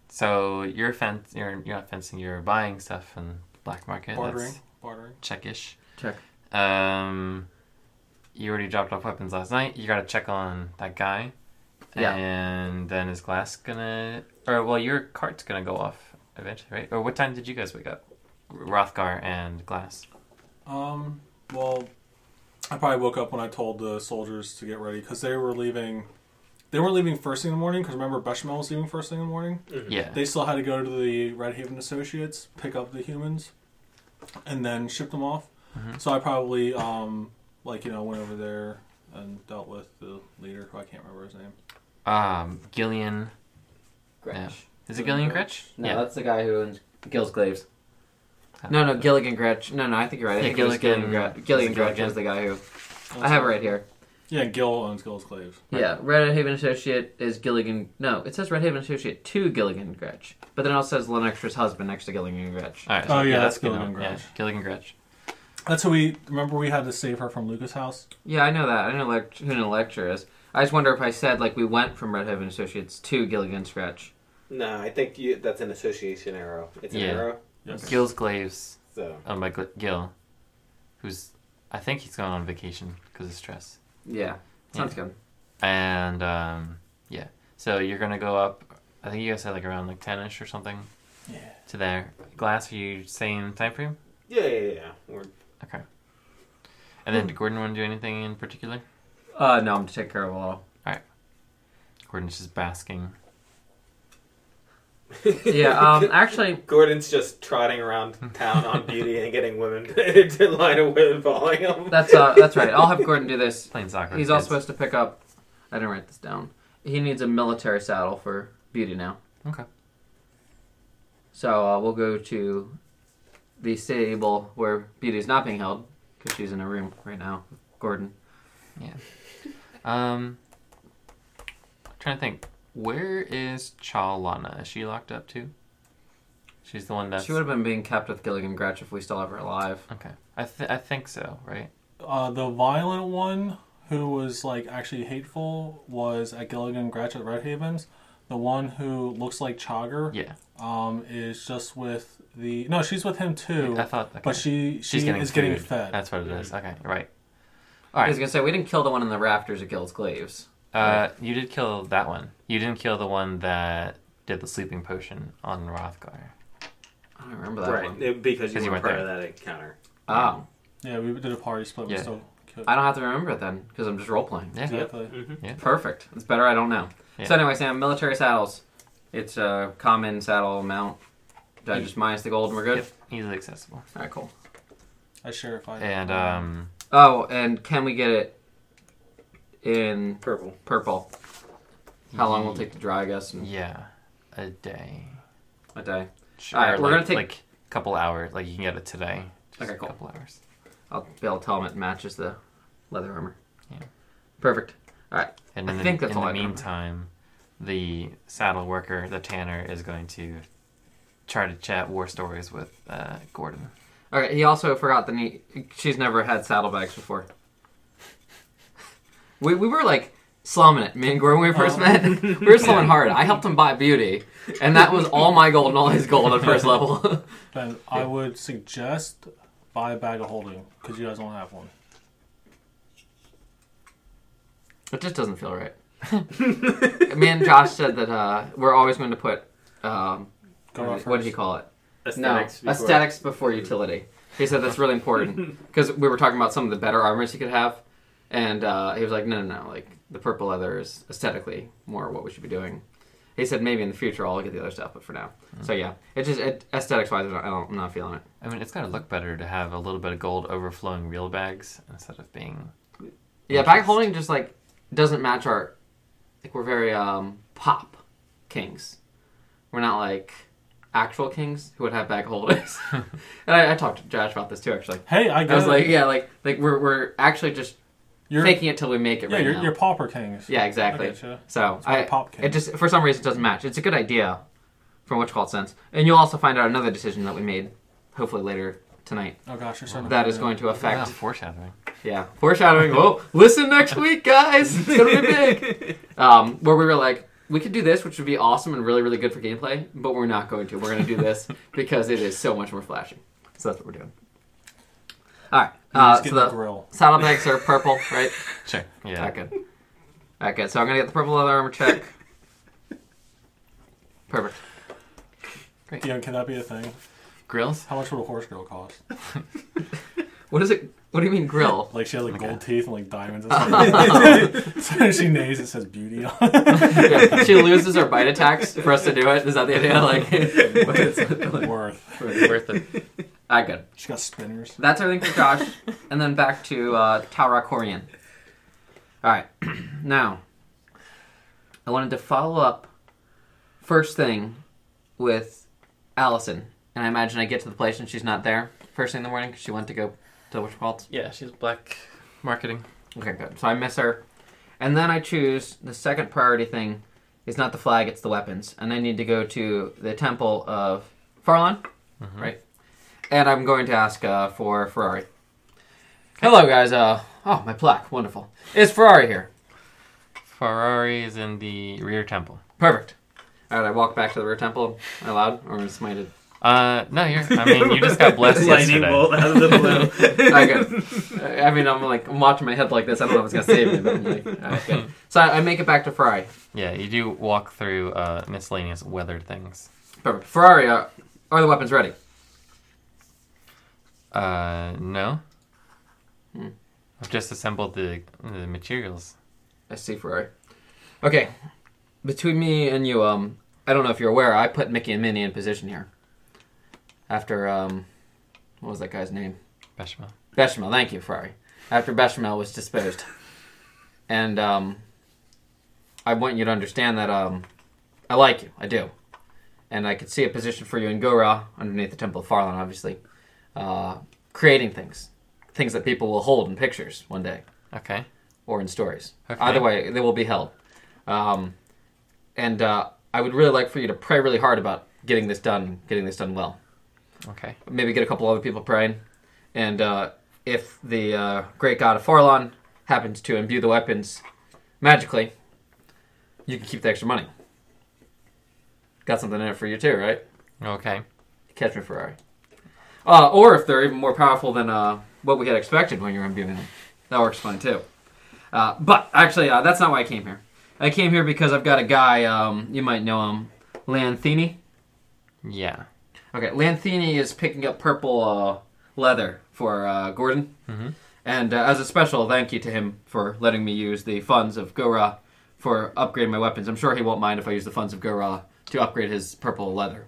S2: so you're fence. You're you're not fencing. You're buying stuff in black market.
S5: bartering,
S2: That's
S5: bartering.
S2: Checkish.
S4: Check.
S2: Um, you already dropped off weapons last night. You got to check on that guy.
S4: Yeah.
S2: And then is glass gonna, or well, your cart's gonna go off eventually, right? Or what time did you guys wake up? Rothgar and glass.
S5: Um, well, I probably woke up when I told the soldiers to get ready because they were leaving. They weren't leaving first thing in the morning because remember Bechamel was leaving first thing in the morning.
S2: Yeah.
S5: They still had to go to the Redhaven Associates, pick up the humans, and then ship them off. So I probably, um, like, you know, went over there and dealt with the leader, who I can't remember his name.
S2: um, Gillian. Yeah. Is it Gillian Gretch?
S4: No,
S2: yeah.
S4: that's the guy who owns Gil's Glaves.
S2: I
S4: No,
S2: don't
S4: no,
S2: know.
S4: Gilligan Gretch. No, no, I think you're right. I
S2: Yeah,
S4: think it was
S2: Gilligan-
S4: Gretch. Gilligan
S2: was it
S4: Gretch
S2: Gilligan?
S4: is the guy who I have it right here.
S5: Yeah, Gil owns Gil's Claves.
S4: Yeah, Red Haven Associate is Gilligan. No, it says Red Haven Associate to Gilligan Gretch, but then it also says Lenextra's husband next to Gilligan Gretch.
S2: All right.
S5: Oh, yeah, that's
S2: good
S5: Gillian
S2: enough. Yeah,
S5: Gretsch.
S2: Gillian Gretch.
S5: That's who we remember. We had to save her from Lucas' house.
S4: Yeah, I know that. I know lect- who the lecturer is. I just wonder if I said like we went from Red Haven Associates to Gilligan Gretch.
S3: no, I think you, that's an association arrow. It's an
S2: Yeah.
S3: arrow.
S5: Yes.
S2: Gil's Glaves
S3: So
S2: owned by Gl- Gil, who's I think he's going on vacation because of stress.
S4: Yeah, sounds good.
S2: and um, yeah. So you're gonna go up. I think you guys said like around like ten ish or something
S5: Yeah.
S2: to there. Glass, are you same time frame?
S3: Yeah, yeah, yeah. We're-
S2: Okay. And
S5: Hmm.
S2: then did Gordon want to do anything in particular?
S4: Uh, no, I'm going to take care of Lotto.
S2: Gordon's just basking.
S4: Yeah, um, actually,
S3: Gordon's just trotting around town on beauty and getting women to line of women following him.
S4: that's uh, that's right. I'll have Gordon do this.
S2: Playing soccer.
S4: He's
S2: with
S4: also
S2: kids.
S4: supposed to pick up. I didn't write this down. He needs a military saddle for beauty now.
S2: Okay.
S4: So uh, we'll go to the stable where beauty's not being held because she's in a room right now. with Gordon.
S2: Um, trying to think. Where is Chalana? Is she locked up too? She's the one that's.
S4: She would have been being kept with Gilligan Gretch if we still have her alive.
S2: Okay. I th- I think so. Right.
S5: Uh, the violent one who was like actually hateful was at Gilligan Gretch at Red Havens. The one who looks like Chogger
S2: Yeah.
S5: um, is just with the no, she's with him too.
S2: I thought. Okay.
S5: But she she
S2: She's getting
S5: is getting
S2: food.
S5: fed. Mm-hmm.
S2: That's what it is. Okay. Right. All
S4: I was
S2: right.
S4: gonna say we didn't kill the one in the rafters at Gil's Glaives.
S2: Uh, you did kill that one. You didn't kill the one that did the sleeping potion on Rothgar.
S4: I don't remember that
S3: Right,
S4: one.
S3: it- because you
S2: Because you
S3: weren't
S2: weren't
S3: part of that encounter.
S4: Oh,
S5: Yeah, we did a party split. We
S2: Yeah.
S5: still killed.
S4: I don't have to remember it then because I'm just role playing.
S2: Yeah.
S5: exactly.
S4: Perfect. It's better I don't know.
S2: Yeah.
S4: So anyway, Sam, military saddles. It's a common saddle mount. Did I just minus the gold and we're good?
S2: Yep. Easily accessible.
S4: All right, cool.
S5: I sure if I
S2: And um,
S4: Oh, and can we get it in
S3: Purple.
S4: purple? How long will it take to dry? I guess in
S2: yeah, a day.
S4: a day.
S2: Sure.
S4: All right, we're
S2: like,
S4: gonna take-
S2: like couple hours. Like you can get it today. Just
S4: Okay, cool.
S2: A couple hours.
S4: I'll be able to tell them it matches the leather armor.
S2: Yeah.
S4: Perfect.
S2: And
S4: I
S2: in the,
S4: think that's
S2: in
S4: all
S2: the
S4: I remember.
S2: meantime, the saddle worker, the tanner, is going to try to chat war stories with uh, Gordon.
S4: All right. He also forgot the knee. She's never had saddlebags before. We we were like slumming it, me and Gordon, when we first
S5: Oh.
S4: met. We were slumming hard. I helped him buy beauty, and that was all my gold and all his gold at first level.
S5: Ben, I would suggest buy a bag of holding because you guys don't have one.
S4: It just doesn't feel right. Me and Josh said that uh, we're always going to put um,
S5: Go out
S4: what did
S5: first.
S4: he call it?
S3: Aesthetics
S4: no,
S3: before-
S4: aesthetics before utility. He said that's really important because we were talking about some of the better armors he could have, and uh, he was like, no, no, no, like the purple leather is aesthetically more what we should be doing. He said maybe in the future I'll get the other stuff, but for now.
S3: Hmm.
S4: So yeah, it just it, aesthetics wise, I don't, I don't, I'm not feeling it.
S2: I mean, it's going to look better to have a little bit of gold overflowing real bags instead of being.
S4: Yeah, bag holding just like doesn't match our like we're very um pop kings. We're not like actual kings who would have bag holders. and I, I talked to Josh about this too actually.
S5: Hey, I
S4: I
S5: got
S4: was
S5: it.
S4: like, yeah, like like we're we're actually just
S5: you're,
S4: faking it till we make it
S5: yeah,
S4: right
S5: you're,
S4: now.
S5: you're pauper kings.
S4: yeah, exactly.
S5: I getcha.
S4: So
S5: It's
S4: I
S5: like pop
S4: it
S5: kings.
S4: just for some reason it doesn't match. It's a good idea from what's called sense. And you'll also find out another decision that we made hopefully later tonight
S5: Oh gosh, you're starting.
S4: that is going to affect
S2: Wow, foreshadowing.
S4: yeah, foreshadowing. Well, listen next week, guys. It's gonna be big. Um, where we were like, we could do this, which would be awesome and really, really good for gameplay, but we're not going to. We're gonna do this because it is so much more flashy. So that's what we're doing. All right. Uh, so
S5: getting
S4: the
S5: the grill.
S4: saddlebags are purple, right?
S2: Sure. Yeah.
S4: All right, good. All right, good. So I'm gonna get the purple leather armor check. Perfect.
S5: Dion, can that be a thing?
S2: Grills?
S5: How much would a horse grill cost?
S4: What is it? What do you mean grill?
S5: Like she has like
S2: Okay.
S5: gold teeth and like diamonds. And stuff. so she neighs. It says beauty on. it.
S4: Yeah, she loses her bite attacks for us to do it. Is that the idea? Like, what is it? Like,
S5: Worth.
S2: Worth it.
S4: all right, good.
S5: She got spinners.
S4: That's everything for Josh. and then back to uh, Taura Corian. All right. now, I wanted to follow up first thing with Allison. And I imagine I get to the place and she's not there first thing in the morning because she went to go to which fault.
S2: Yeah, she's black marketing.
S4: Okay, good. So I miss her. And then I choose the second priority thing is not the flag, it's the weapons. And I need to go to the temple of Farlon, right? And I'm going to ask uh, for Ferrari. Hello, guys. Uh, oh, my plaque. Wonderful. Is Ferrari here?
S2: Ferrari is in the rear temple.
S4: Perfect. All right, I walk back to the rear temple. Am I allowed? Or is my
S2: Uh, no, you're. I mean, you just got blessed
S3: Lightning
S2: yesterday.
S3: bolt out of the blue.
S4: I, got- I mean, I'm like I'm watching my head like this. I don't know if it's gonna save me, but I'm like, alright, good. so I, I make it back to Ferrari.
S2: Yeah, you do walk through uh, miscellaneous weathered things.
S4: Perfect. Ferrari, are, are the weapons ready?
S2: Uh, no. I've just assembled the the materials.
S4: I see Ferrari. Okay, between me and you, um, I don't know if you're aware, I put Mickey and Minnie in position here. After um, what was that guy's name?
S2: Beshma.
S4: Bechamel. Thank you, Ferrari. After Bechamel was disposed, and um, I want you to understand that um, I like you. I do, and I could see a position for you in Gora underneath the Temple of Farlan, obviously, uh, creating things, things that people will hold in pictures one day
S2: Okay.
S4: or in stories.
S2: Okay.
S4: Either way, they will be held. Um, and uh, I would really like for you to pray really hard about getting this done, getting this done well.
S2: Okay.
S4: Maybe get a couple other people praying. And uh, if the uh, great god of Farlon happens to imbue the weapons magically, you can keep the extra money. Got something in it for you too, right?
S2: Okay.
S4: Catch me Ferrari. Uh, or if they're even more powerful than uh, what we had expected when you were imbuing them. That works fine too. Uh, but actually, uh, that's not why I came here. I came here because I've got a guy, um, you might know him, Lanthini.
S2: Yeah.
S4: Okay, Lanthini is picking up purple uh, leather for uh, Gordon.
S2: Mhm.
S4: And uh, as a special thank you to him for letting me use the funds of Gora for upgrading my weapons. I'm sure he won't mind if I use the funds of Gora to upgrade his purple leather.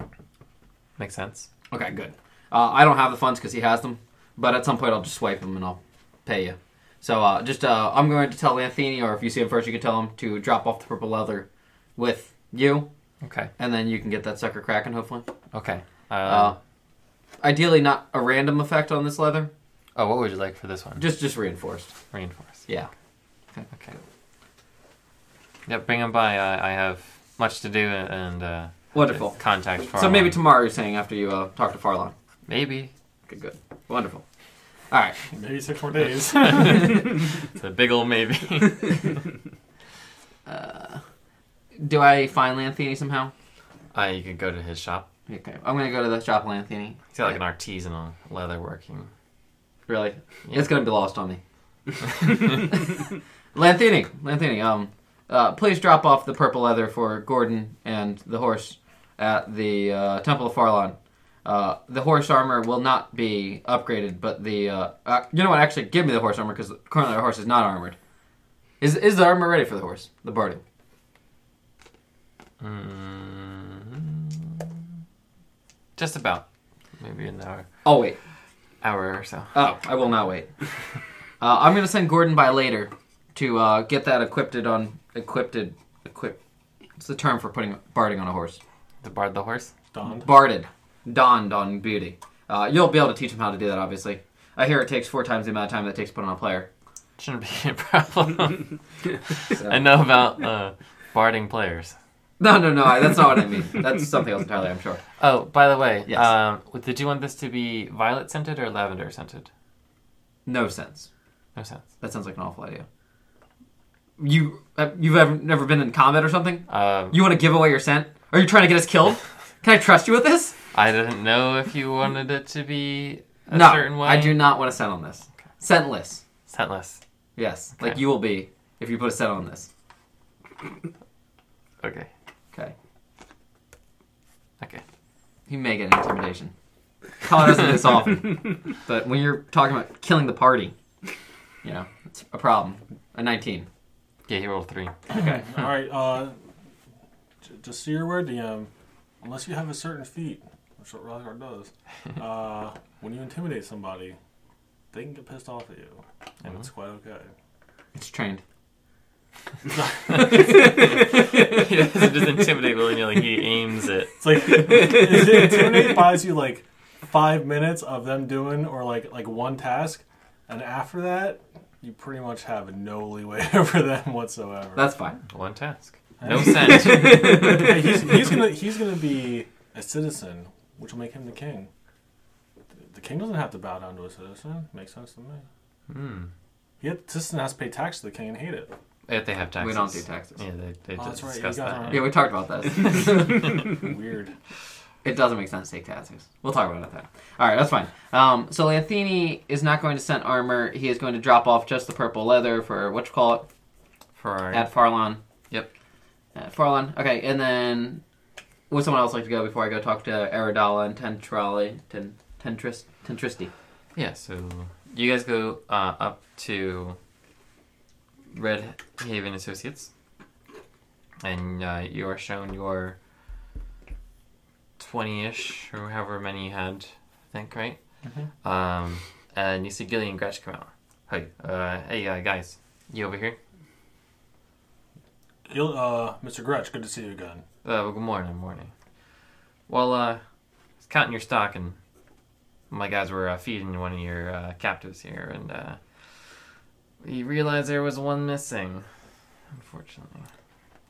S2: Makes sense.
S4: Okay, good. Uh, I don't have the funds because he has them, but at some point I'll just swipe them and I'll pay you. So uh, just uh, I'm going to tell Anthony, or if you see him first, you can tell him to drop off the purple leather with you,
S2: Okay.
S4: and then you can get that sucker cracking. Hopefully,
S2: Okay. Uh,
S4: uh, ideally not a random effect on this leather,
S2: oh, what would you like for this one?
S4: just just reinforced.
S2: Reinforce.
S4: Yeah.
S2: Okay. Yep. Bring them by. I, I have much to do and uh,
S4: Wonderful.
S2: contact. For
S4: So maybe
S2: tomorrow.
S4: tomorrow you're saying after you uh, talk to Farlon.
S2: maybe
S4: Okay, good. Wonderful. All right.
S5: Maybe six more days.
S2: it's a big old maybe.
S4: Do I find Lanthini somehow?
S2: uh, you could go to his shop.
S4: Okay. I'm gonna go to the shop, Lanthini.
S2: He's got like an artisanal leather working.
S4: Really?
S2: Yeah.
S4: It's gonna be lost on me. Lanthini, Lanthini, um, uh, please drop off the purple leather for Gordon and the horse at the uh, Temple of Farlon. Uh, the horse armor will not be upgraded, but the uh, uh, you know what? Actually, give me the horse armor because currently our horse is not armored. Is is the armor ready for the horse? The barding.
S2: Mm, just about. Maybe an hour,
S4: Oh wait.
S2: hour or so.
S4: Oh, I will not wait. Uh, I'm gonna send Gordon by later to uh, get that equipped on equipped equip. What's the term for putting barding on a horse?
S2: To bard the horse.
S5: Donned.
S4: Barded, donned on beauty. Uh, you'll be able to teach him how to do that, obviously. I hear it takes four times the amount of time that it takes to put on a player.
S2: Shouldn't be a problem.
S4: So-
S2: I know about uh, barding players.
S4: No, no, no. I, that's not what I mean. That's something else entirely. I'm sure.
S2: Oh, by the way,
S4: Yes.
S2: um, did you want this to be violet scented or lavender scented?
S4: No sense.
S2: No sense.
S4: That sounds like an awful idea. You uh, you've ever never been in combat or something?
S2: Um,
S4: You want to give away your scent? Are you trying to get us killed? Can I trust you with this?
S2: I didn't know if you wanted it to be a
S4: no,
S2: certain way.
S4: I do not want to scent on this. Scentless.
S2: Scentless.
S4: Yes, like
S2: Okay.
S4: you will be if you put a scent on this.
S2: Okay.
S4: Okay.
S2: Okay.
S4: He may get an intimidation. Colin doesn't do this often. But when you're talking about killing the party, you know, it's a problem. A 19.
S2: Yeah, he rolled three.
S4: Okay.
S5: All right. Uh, j- just so you're aware, DM, unless you have a certain feat, which what Rosgar does, uh, when you intimidate somebody, they can get pissed off at you, and it's quite okay.
S4: It's trained.
S2: he doesn't just intimidate willy nilly. He aims it.
S5: It's like is it intimidate buys you like five minutes of them doing or like like one task, and after that, you pretty much have no leeway over them whatsoever.
S4: That's fine.
S2: One task. No scent.
S5: Hey, he's, he's gonna he's gonna be a citizen, which will make him the king. The king doesn't have to bow down to a citizen. Makes sense to me.
S2: Hmm.
S5: Yet the citizen has to pay tax to the king and hate it.
S2: If they have taxes.
S4: We don't do taxes.
S2: Yeah, they, they
S5: Oh,
S2: just
S5: that's right, you
S2: discussed
S5: guys
S2: that.
S5: aren't-
S4: Yeah, we talked about this.
S5: Weird.
S4: It doesn't make sense to take tattoos. We'll talk about it then. All right, that's fine. Um, so Lanthini is not going to send armor. He is going to drop off just the purple leather for what you call it
S2: for our
S4: at Farlon.
S2: Yep.
S4: At Farlon. Okay, and then would someone else like to go before I go talk to Aradala and Tentrali, Ten Tentris, Tentristi?
S2: yeah. So you guys go uh, up to Red Haven Associates, and uh, you are shown your twenty-ish or however many you had. I think right. Um, and you see Gillian Gretsch come out. Hey, uh, hey uh, guys, you over here?
S5: You'll, uh, Mr. Gretsch, good to see you again.
S2: Uh, well, good morning, morning. Well, uh, I was counting your stock, and my guys were uh, feeding one of your uh, captives here, and uh, we realized there was one missing, unfortunately.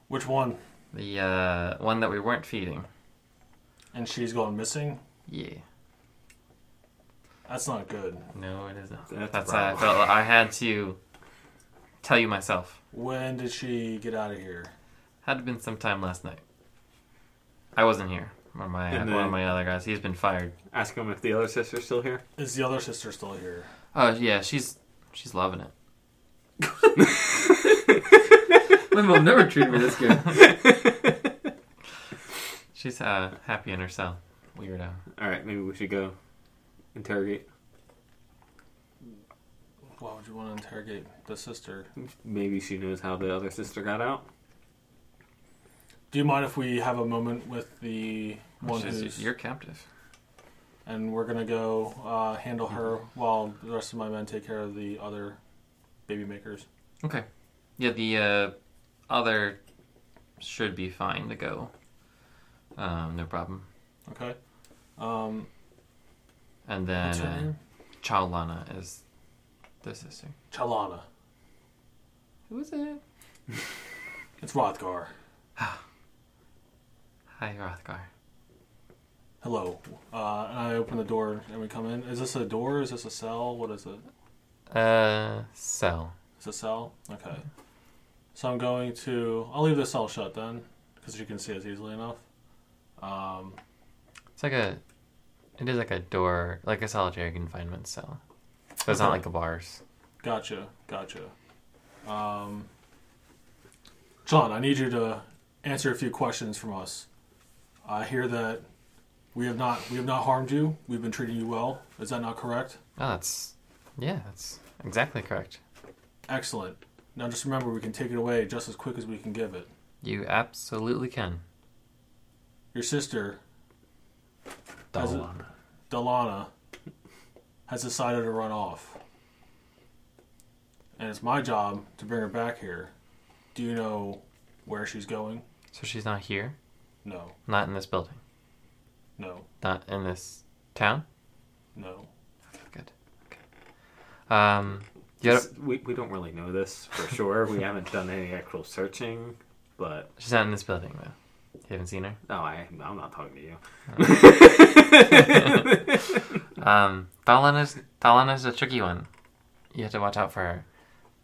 S5: Which one?
S2: The uh, one that we weren't feeding.
S5: And she's gone missing?
S2: Yeah.
S5: That's not good.
S2: No, it isn't.
S3: That's a
S2: That's how I
S3: problem.
S2: felt. I had to tell you myself.
S5: When did she get out of here?
S2: Had to been sometime last night. I wasn't here. One of my
S3: And
S2: one of
S3: then-
S2: my other guys. He's been fired.
S3: Ask him if the other sister's still here.
S5: Is the other sister still here?
S2: Oh yeah, she's she's loving it.
S4: My mom never treated me this good.
S2: She's uh, happy in herself. Weirdo.
S3: All right, maybe we should go interrogate.
S5: Why would you want to interrogate the sister?
S3: Maybe she knows how the other sister got out.
S5: Do you mind if we have a moment with the one
S2: Which Oh, is-
S5: who's...
S2: you're captive.
S5: And we're going to go uh, handle her while the rest of my men take care of the other baby makers.
S2: Okay. Yeah, the uh, other should be fine to go. Um, no problem.
S5: Okay? Um,
S2: And
S5: what's
S2: then
S5: her
S2: uh,
S5: name?
S2: Chalana is the sister.
S5: Chalana.
S2: Who is it?
S5: It's Rothgar.
S2: Hi, Rothgar.
S5: Hello. Uh, and I open the door and we come in. Is this a door? Is this a cell? What is it?
S2: Uh, Cell.
S5: It's a cell? Okay. So I'm going to. I'll leave the cell shut then, because you can see us easily enough. Um,
S2: It's like a. It is like a door, like a solitary confinement cell. So it's not
S5: Okay.
S2: like a bars.
S5: gotcha, gotcha. Um, John, I need you to answer a few questions from us. I hear that we have not we have not harmed you. We've been treating you well. Is that not correct?
S2: Oh, that's. Yeah, that's exactly correct.
S5: Excellent. Now just remember, we can take it away just as quick as we can give it.
S2: You absolutely can.
S5: Your sister, Has it- Delana, has decided to run off. And it's my job to bring her back here. Do you know where she's going?
S2: So she's not here?
S5: No,
S2: Not in this building?
S5: no,
S2: Not in this town?
S5: no.
S2: Good. Okay. Um, you gotta-
S3: Just- we, we don't really know this for sure. we haven't done any actual searching, but
S2: she's not in this building, though. You haven't seen her?
S3: no, I, I'm not talking to you.
S2: Um, Thalana's, Thalana's a tricky one. You have to watch out for her.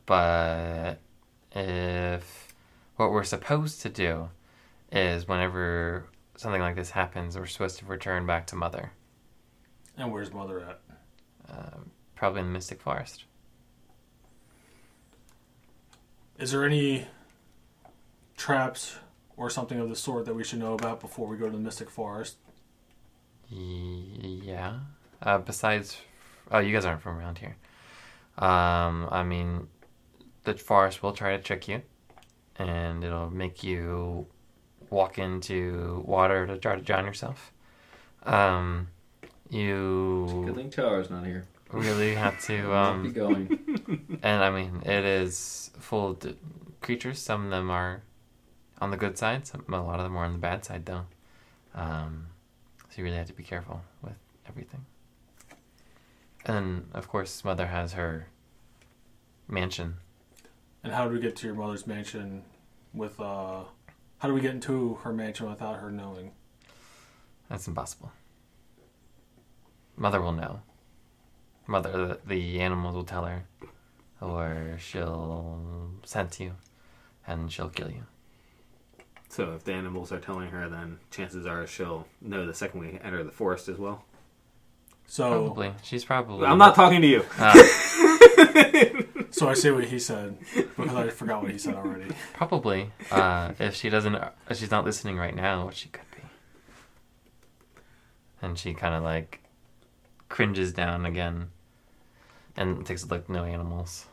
S2: But if what we're supposed to do is whenever something like this happens, we're supposed to return back to Mother,
S5: And where's mother at?
S2: um, probably in the Mystic Forest.
S5: Is there any traps or something of the sort that we should know about before we go to the Mystic Forest?
S2: Y- Yeah. Uh, besides, oh, you guys aren't from around here. Um, I mean, the forest will try to trick you, and it'll make you walk into water to try to drown yourself. Um,
S4: Good
S2: you
S4: thing Tower's not here.
S2: really have to.
S4: I'll be
S2: Um,
S4: going.
S2: and I mean, it is full of d- creatures. Some of them are on the good side. Some, a lot of them are on the bad side, though. Um, so you really have to be careful with everything. And then, of course, mother has her mansion.
S5: And how do we get to your mother's mansion with, uh, how do we get into her mansion without her knowing?
S2: That's impossible. Mother will know. Mother, the, the animals will tell her, or she'll sense you, and she'll kill you.
S3: So if the animals are telling her, then chances are she'll know the second we enter the forest as well.
S5: So,
S2: Probably. She's probably.
S3: Oh. I'm not talking to you.
S2: Uh,
S5: so I say what he said because I forgot what he said already.
S2: probably. Uh, if she doesn't, if she's not listening right now, which she could be. And she kind of like cringes down again, and takes a look. No animals.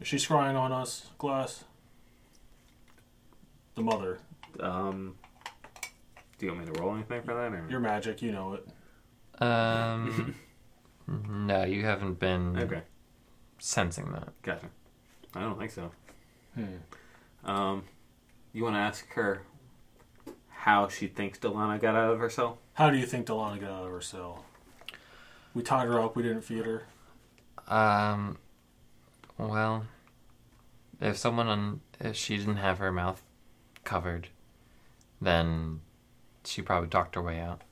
S5: Is she scrying on us, Glass? The mother.
S3: Um, do you want me to roll anything for that? Or?
S5: Your magic, you know it.
S2: Um, no, you haven't been
S3: Okay,
S2: sensing that.
S3: gotcha. I don't think so.
S5: Hmm.
S3: Um, you want to ask her how she thinks Delana got out of her cell?
S5: How do you think Delana got out of her cell? We tied her up. We didn't feed her.
S2: Um, well, if someone on if she didn't have her mouth covered, then she probably talked her way out.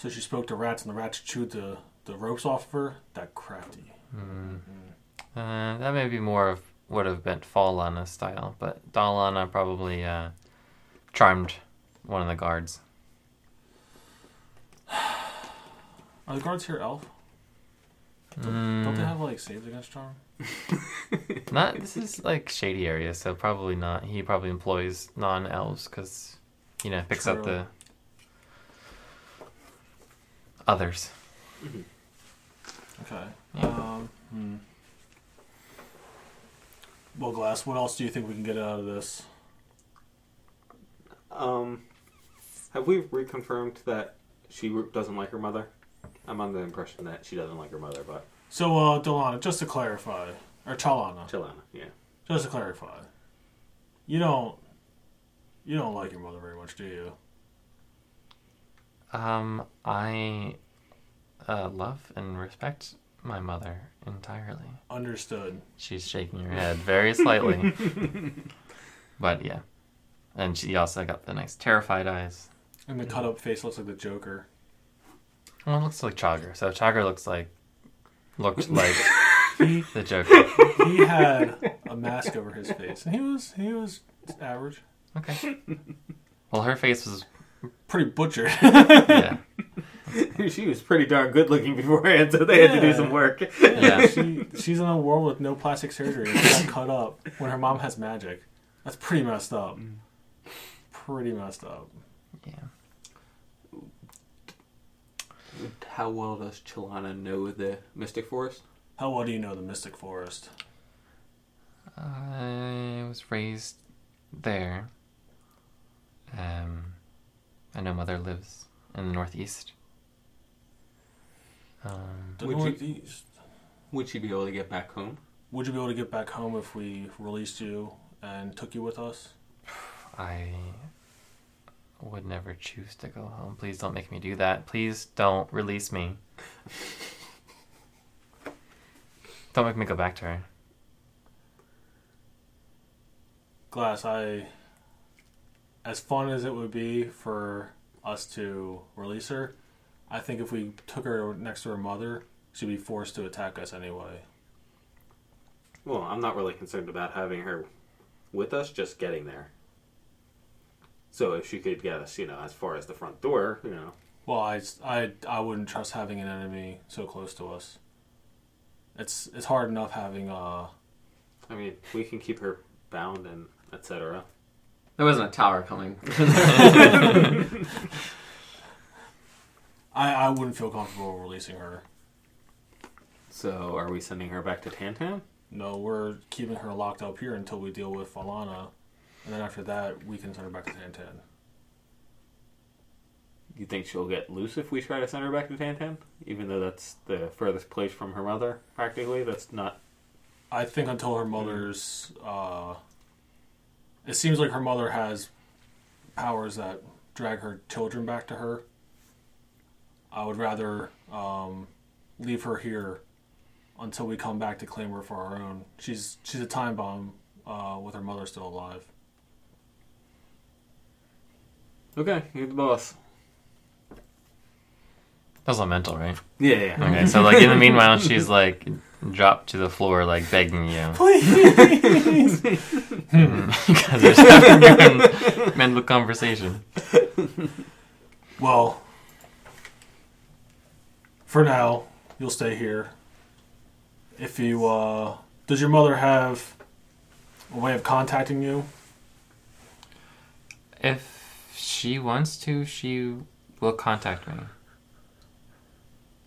S5: So she spoke to rats, and the rats chewed the, the ropes off of her. That crafty.
S2: Uh, that may be more of would have been Falana style, but Dalana probably uh, charmed one of the guards.
S5: Are the guards here elf? Don't they have like saves against charm?
S2: Mm, Not this is like shady area, so probably not. He probably employs non elves because you know picks up
S5: True.
S2: the others.
S5: Okay.
S2: Yeah.
S5: Um, hmm. Well, Glass, what else do you think we can get out of this?
S3: Um, have we reconfirmed that she doesn't like her mother? I'm under the impression that she doesn't like her mother, but
S5: So, uh, Delana, just to clarify, or Chalana,
S3: Delana, yeah.
S5: just to clarify, you don't, you don't like your mother very much, do you?
S2: Um, I uh, love and respect my mother entirely.
S5: Understood.
S2: She's shaking her head very slightly, but yeah. And she also got the nice terrified eyes.
S5: And the cut up face looks like the Joker.
S2: Well, it looks like Chagger. So Chagger looks like looked like the Joker.
S5: He had a mask over his face, and he was he was average,
S2: Okay. Well, her face was
S5: pretty butchered.
S2: yeah.
S3: she was pretty darn good looking beforehand, so they had to do
S5: Yeah.
S3: some work.
S2: Yeah.
S5: she she's in a world with no plastic surgery. and She got cut up when her mom has magic. That's pretty messed up.
S3: Mm.
S5: Pretty messed up.
S2: Yeah.
S3: How well does Chilana know the Mystic Forest?
S5: How well do you know the Mystic Forest?
S2: I was raised there. Um, I know mother lives in the northeast. Um,
S5: The
S3: Would you-
S5: Northeast.
S3: Would she be able to get back home?
S5: Would you be able to get back home if we released you and took you with us?
S2: I would never choose to go home. Please don't make me do that. Please don't release me. don't make me go back to her.
S5: Glass, I. As fun as it would be for us to release her, I think if we took her next to her mother, she'd be forced to attack us anyway.
S3: Well, I'm not really concerned about having her with us, just getting there. So if she could get us, you know, as far as the front door, you know.
S5: Well, I, I, I wouldn't trust having an enemy so close to us. It's it's hard enough having uh
S3: I mean, we can keep her bound and etc.
S4: There wasn't a tower coming.
S5: I, I wouldn't feel comfortable releasing her.
S3: So are we sending her back to Tantan?
S5: No, we're keeping her locked up here until we deal with Falana, and then after that we can send her back to Tantan.
S3: You think she'll get loose if we try to send her back to Tantan? Even though that's the furthest place from her mother, practically. That's not.
S5: I think until her mother's uh it seems like her mother has powers that drag her children back to her. I would rather um leave her here until we come back to claim her for our own. She's she's a time bomb uh with her mother still alive.
S3: Okay, you're the boss.
S2: That was all mental, right?
S3: Yeah, yeah. yeah.
S2: Okay, so like in the meanwhile, she's like dropped to the floor, like begging you.
S5: Please
S2: because there's no mental conversation.
S5: Well, for now, you'll stay here. If you, uh, does your mother have a way of contacting you?
S2: If she wants to, she will contact me.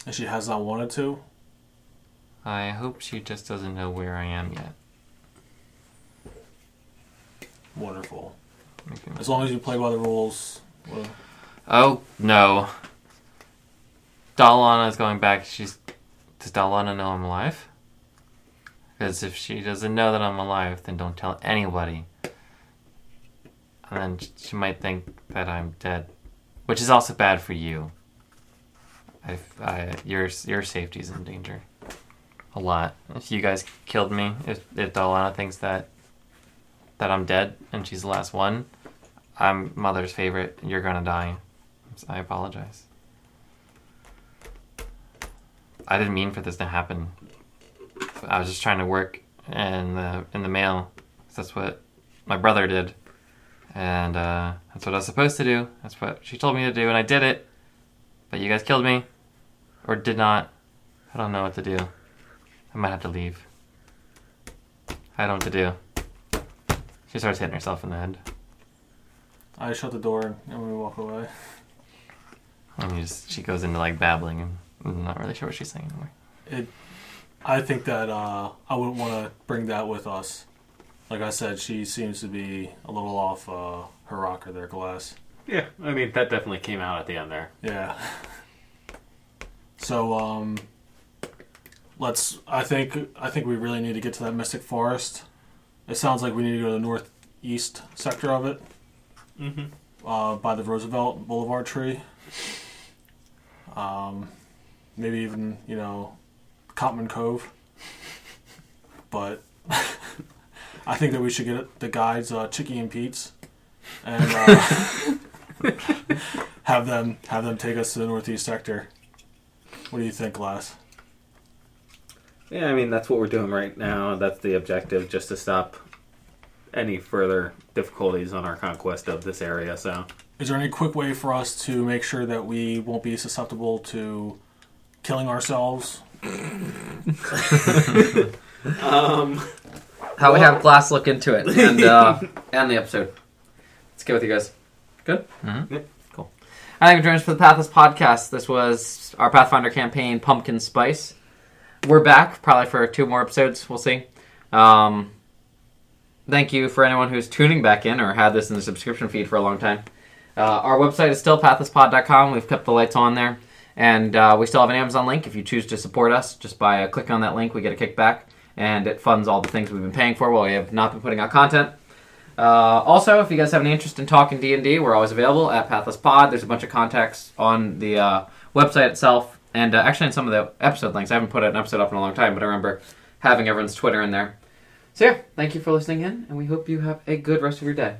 S5: And she has not wanted to?
S2: I hope she just doesn't know where I am yet.
S5: Wonderful.
S2: Okay.
S5: As long as you play by the rules. Well,
S2: Oh no. Dalana is going back. She's does Dalana know I'm alive? Because if she doesn't know that I'm alive, then don't tell anybody. And then she might think that I'm dead, which is also bad for you. I, I, your your safety's in danger. A lot. If you guys killed me, if if Dalana thinks that that I'm dead and she's the last one, I'm mother's favorite. You're gonna die. I apologize. I didn't mean for this to happen. I was just trying to work in the in the mail. 'cause That's what my brother did, and uh, that's what I was supposed to do. That's what she told me to do, and I did it. But you guys killed me, or did not. I don't know what to do. I might have to leave. I don't know what to do. She starts hitting herself in the head.
S5: I shut the door and we walk away.
S2: And you just, she goes into like babbling and I'm not really sure what she's saying anymore.
S5: It, I think that uh, I wouldn't want to bring that with us. Like I said, she seems to be a little off uh, her rocker there, Glass.
S3: Yeah, I mean that definitely came out at the end there.
S5: Yeah. So um let's I think I think we really need to get to that Mystic Forest. It sounds like we need to go to the northeast sector of it. Mm-hmm. Uh, by the Roosevelt Boulevard tree. Um maybe even, you know, Cotman Cove. But I think that we should get the guides uh, Chicky and Pete's and uh have them have them take us to the northeast sector. What do you think, Les?
S3: Yeah, I mean that's what we're doing right now. That's the objective, just to stop any further difficulties on our conquest of this area. So
S5: Is there any quick way for us to make sure that we won't be susceptible to killing ourselves?
S4: How we have glass look into it and uh, end the episode. Let's go with you guys. Good.
S2: Mhm.
S3: Yep.
S4: Mm-hmm. Cool. I thank you for joining us for the Pathless podcast. This was our Pathfinder campaign, Pumpkin Spice. We're back probably for two more episodes. We'll see. Um, thank you for anyone who's tuning back in or had this in the subscription feed for a long time. Uh, our website is still pathlesspod.com. We've kept the lights on there. And uh, we still have an Amazon link. If you choose to support us, just by uh, clicking on that link, we get a kickback. And it funds all the things we've been paying for while we have not been putting out content. Uh, also, if you guys have any interest in talking D and D, we're always available at Pathless Pod. There's a bunch of contacts on the uh, website itself, and uh, actually in some of the episode links. I haven't put an episode up in a long time, but I remember having everyone's Twitter in there. So yeah, thank you for listening in, and we hope you have a good rest of your day.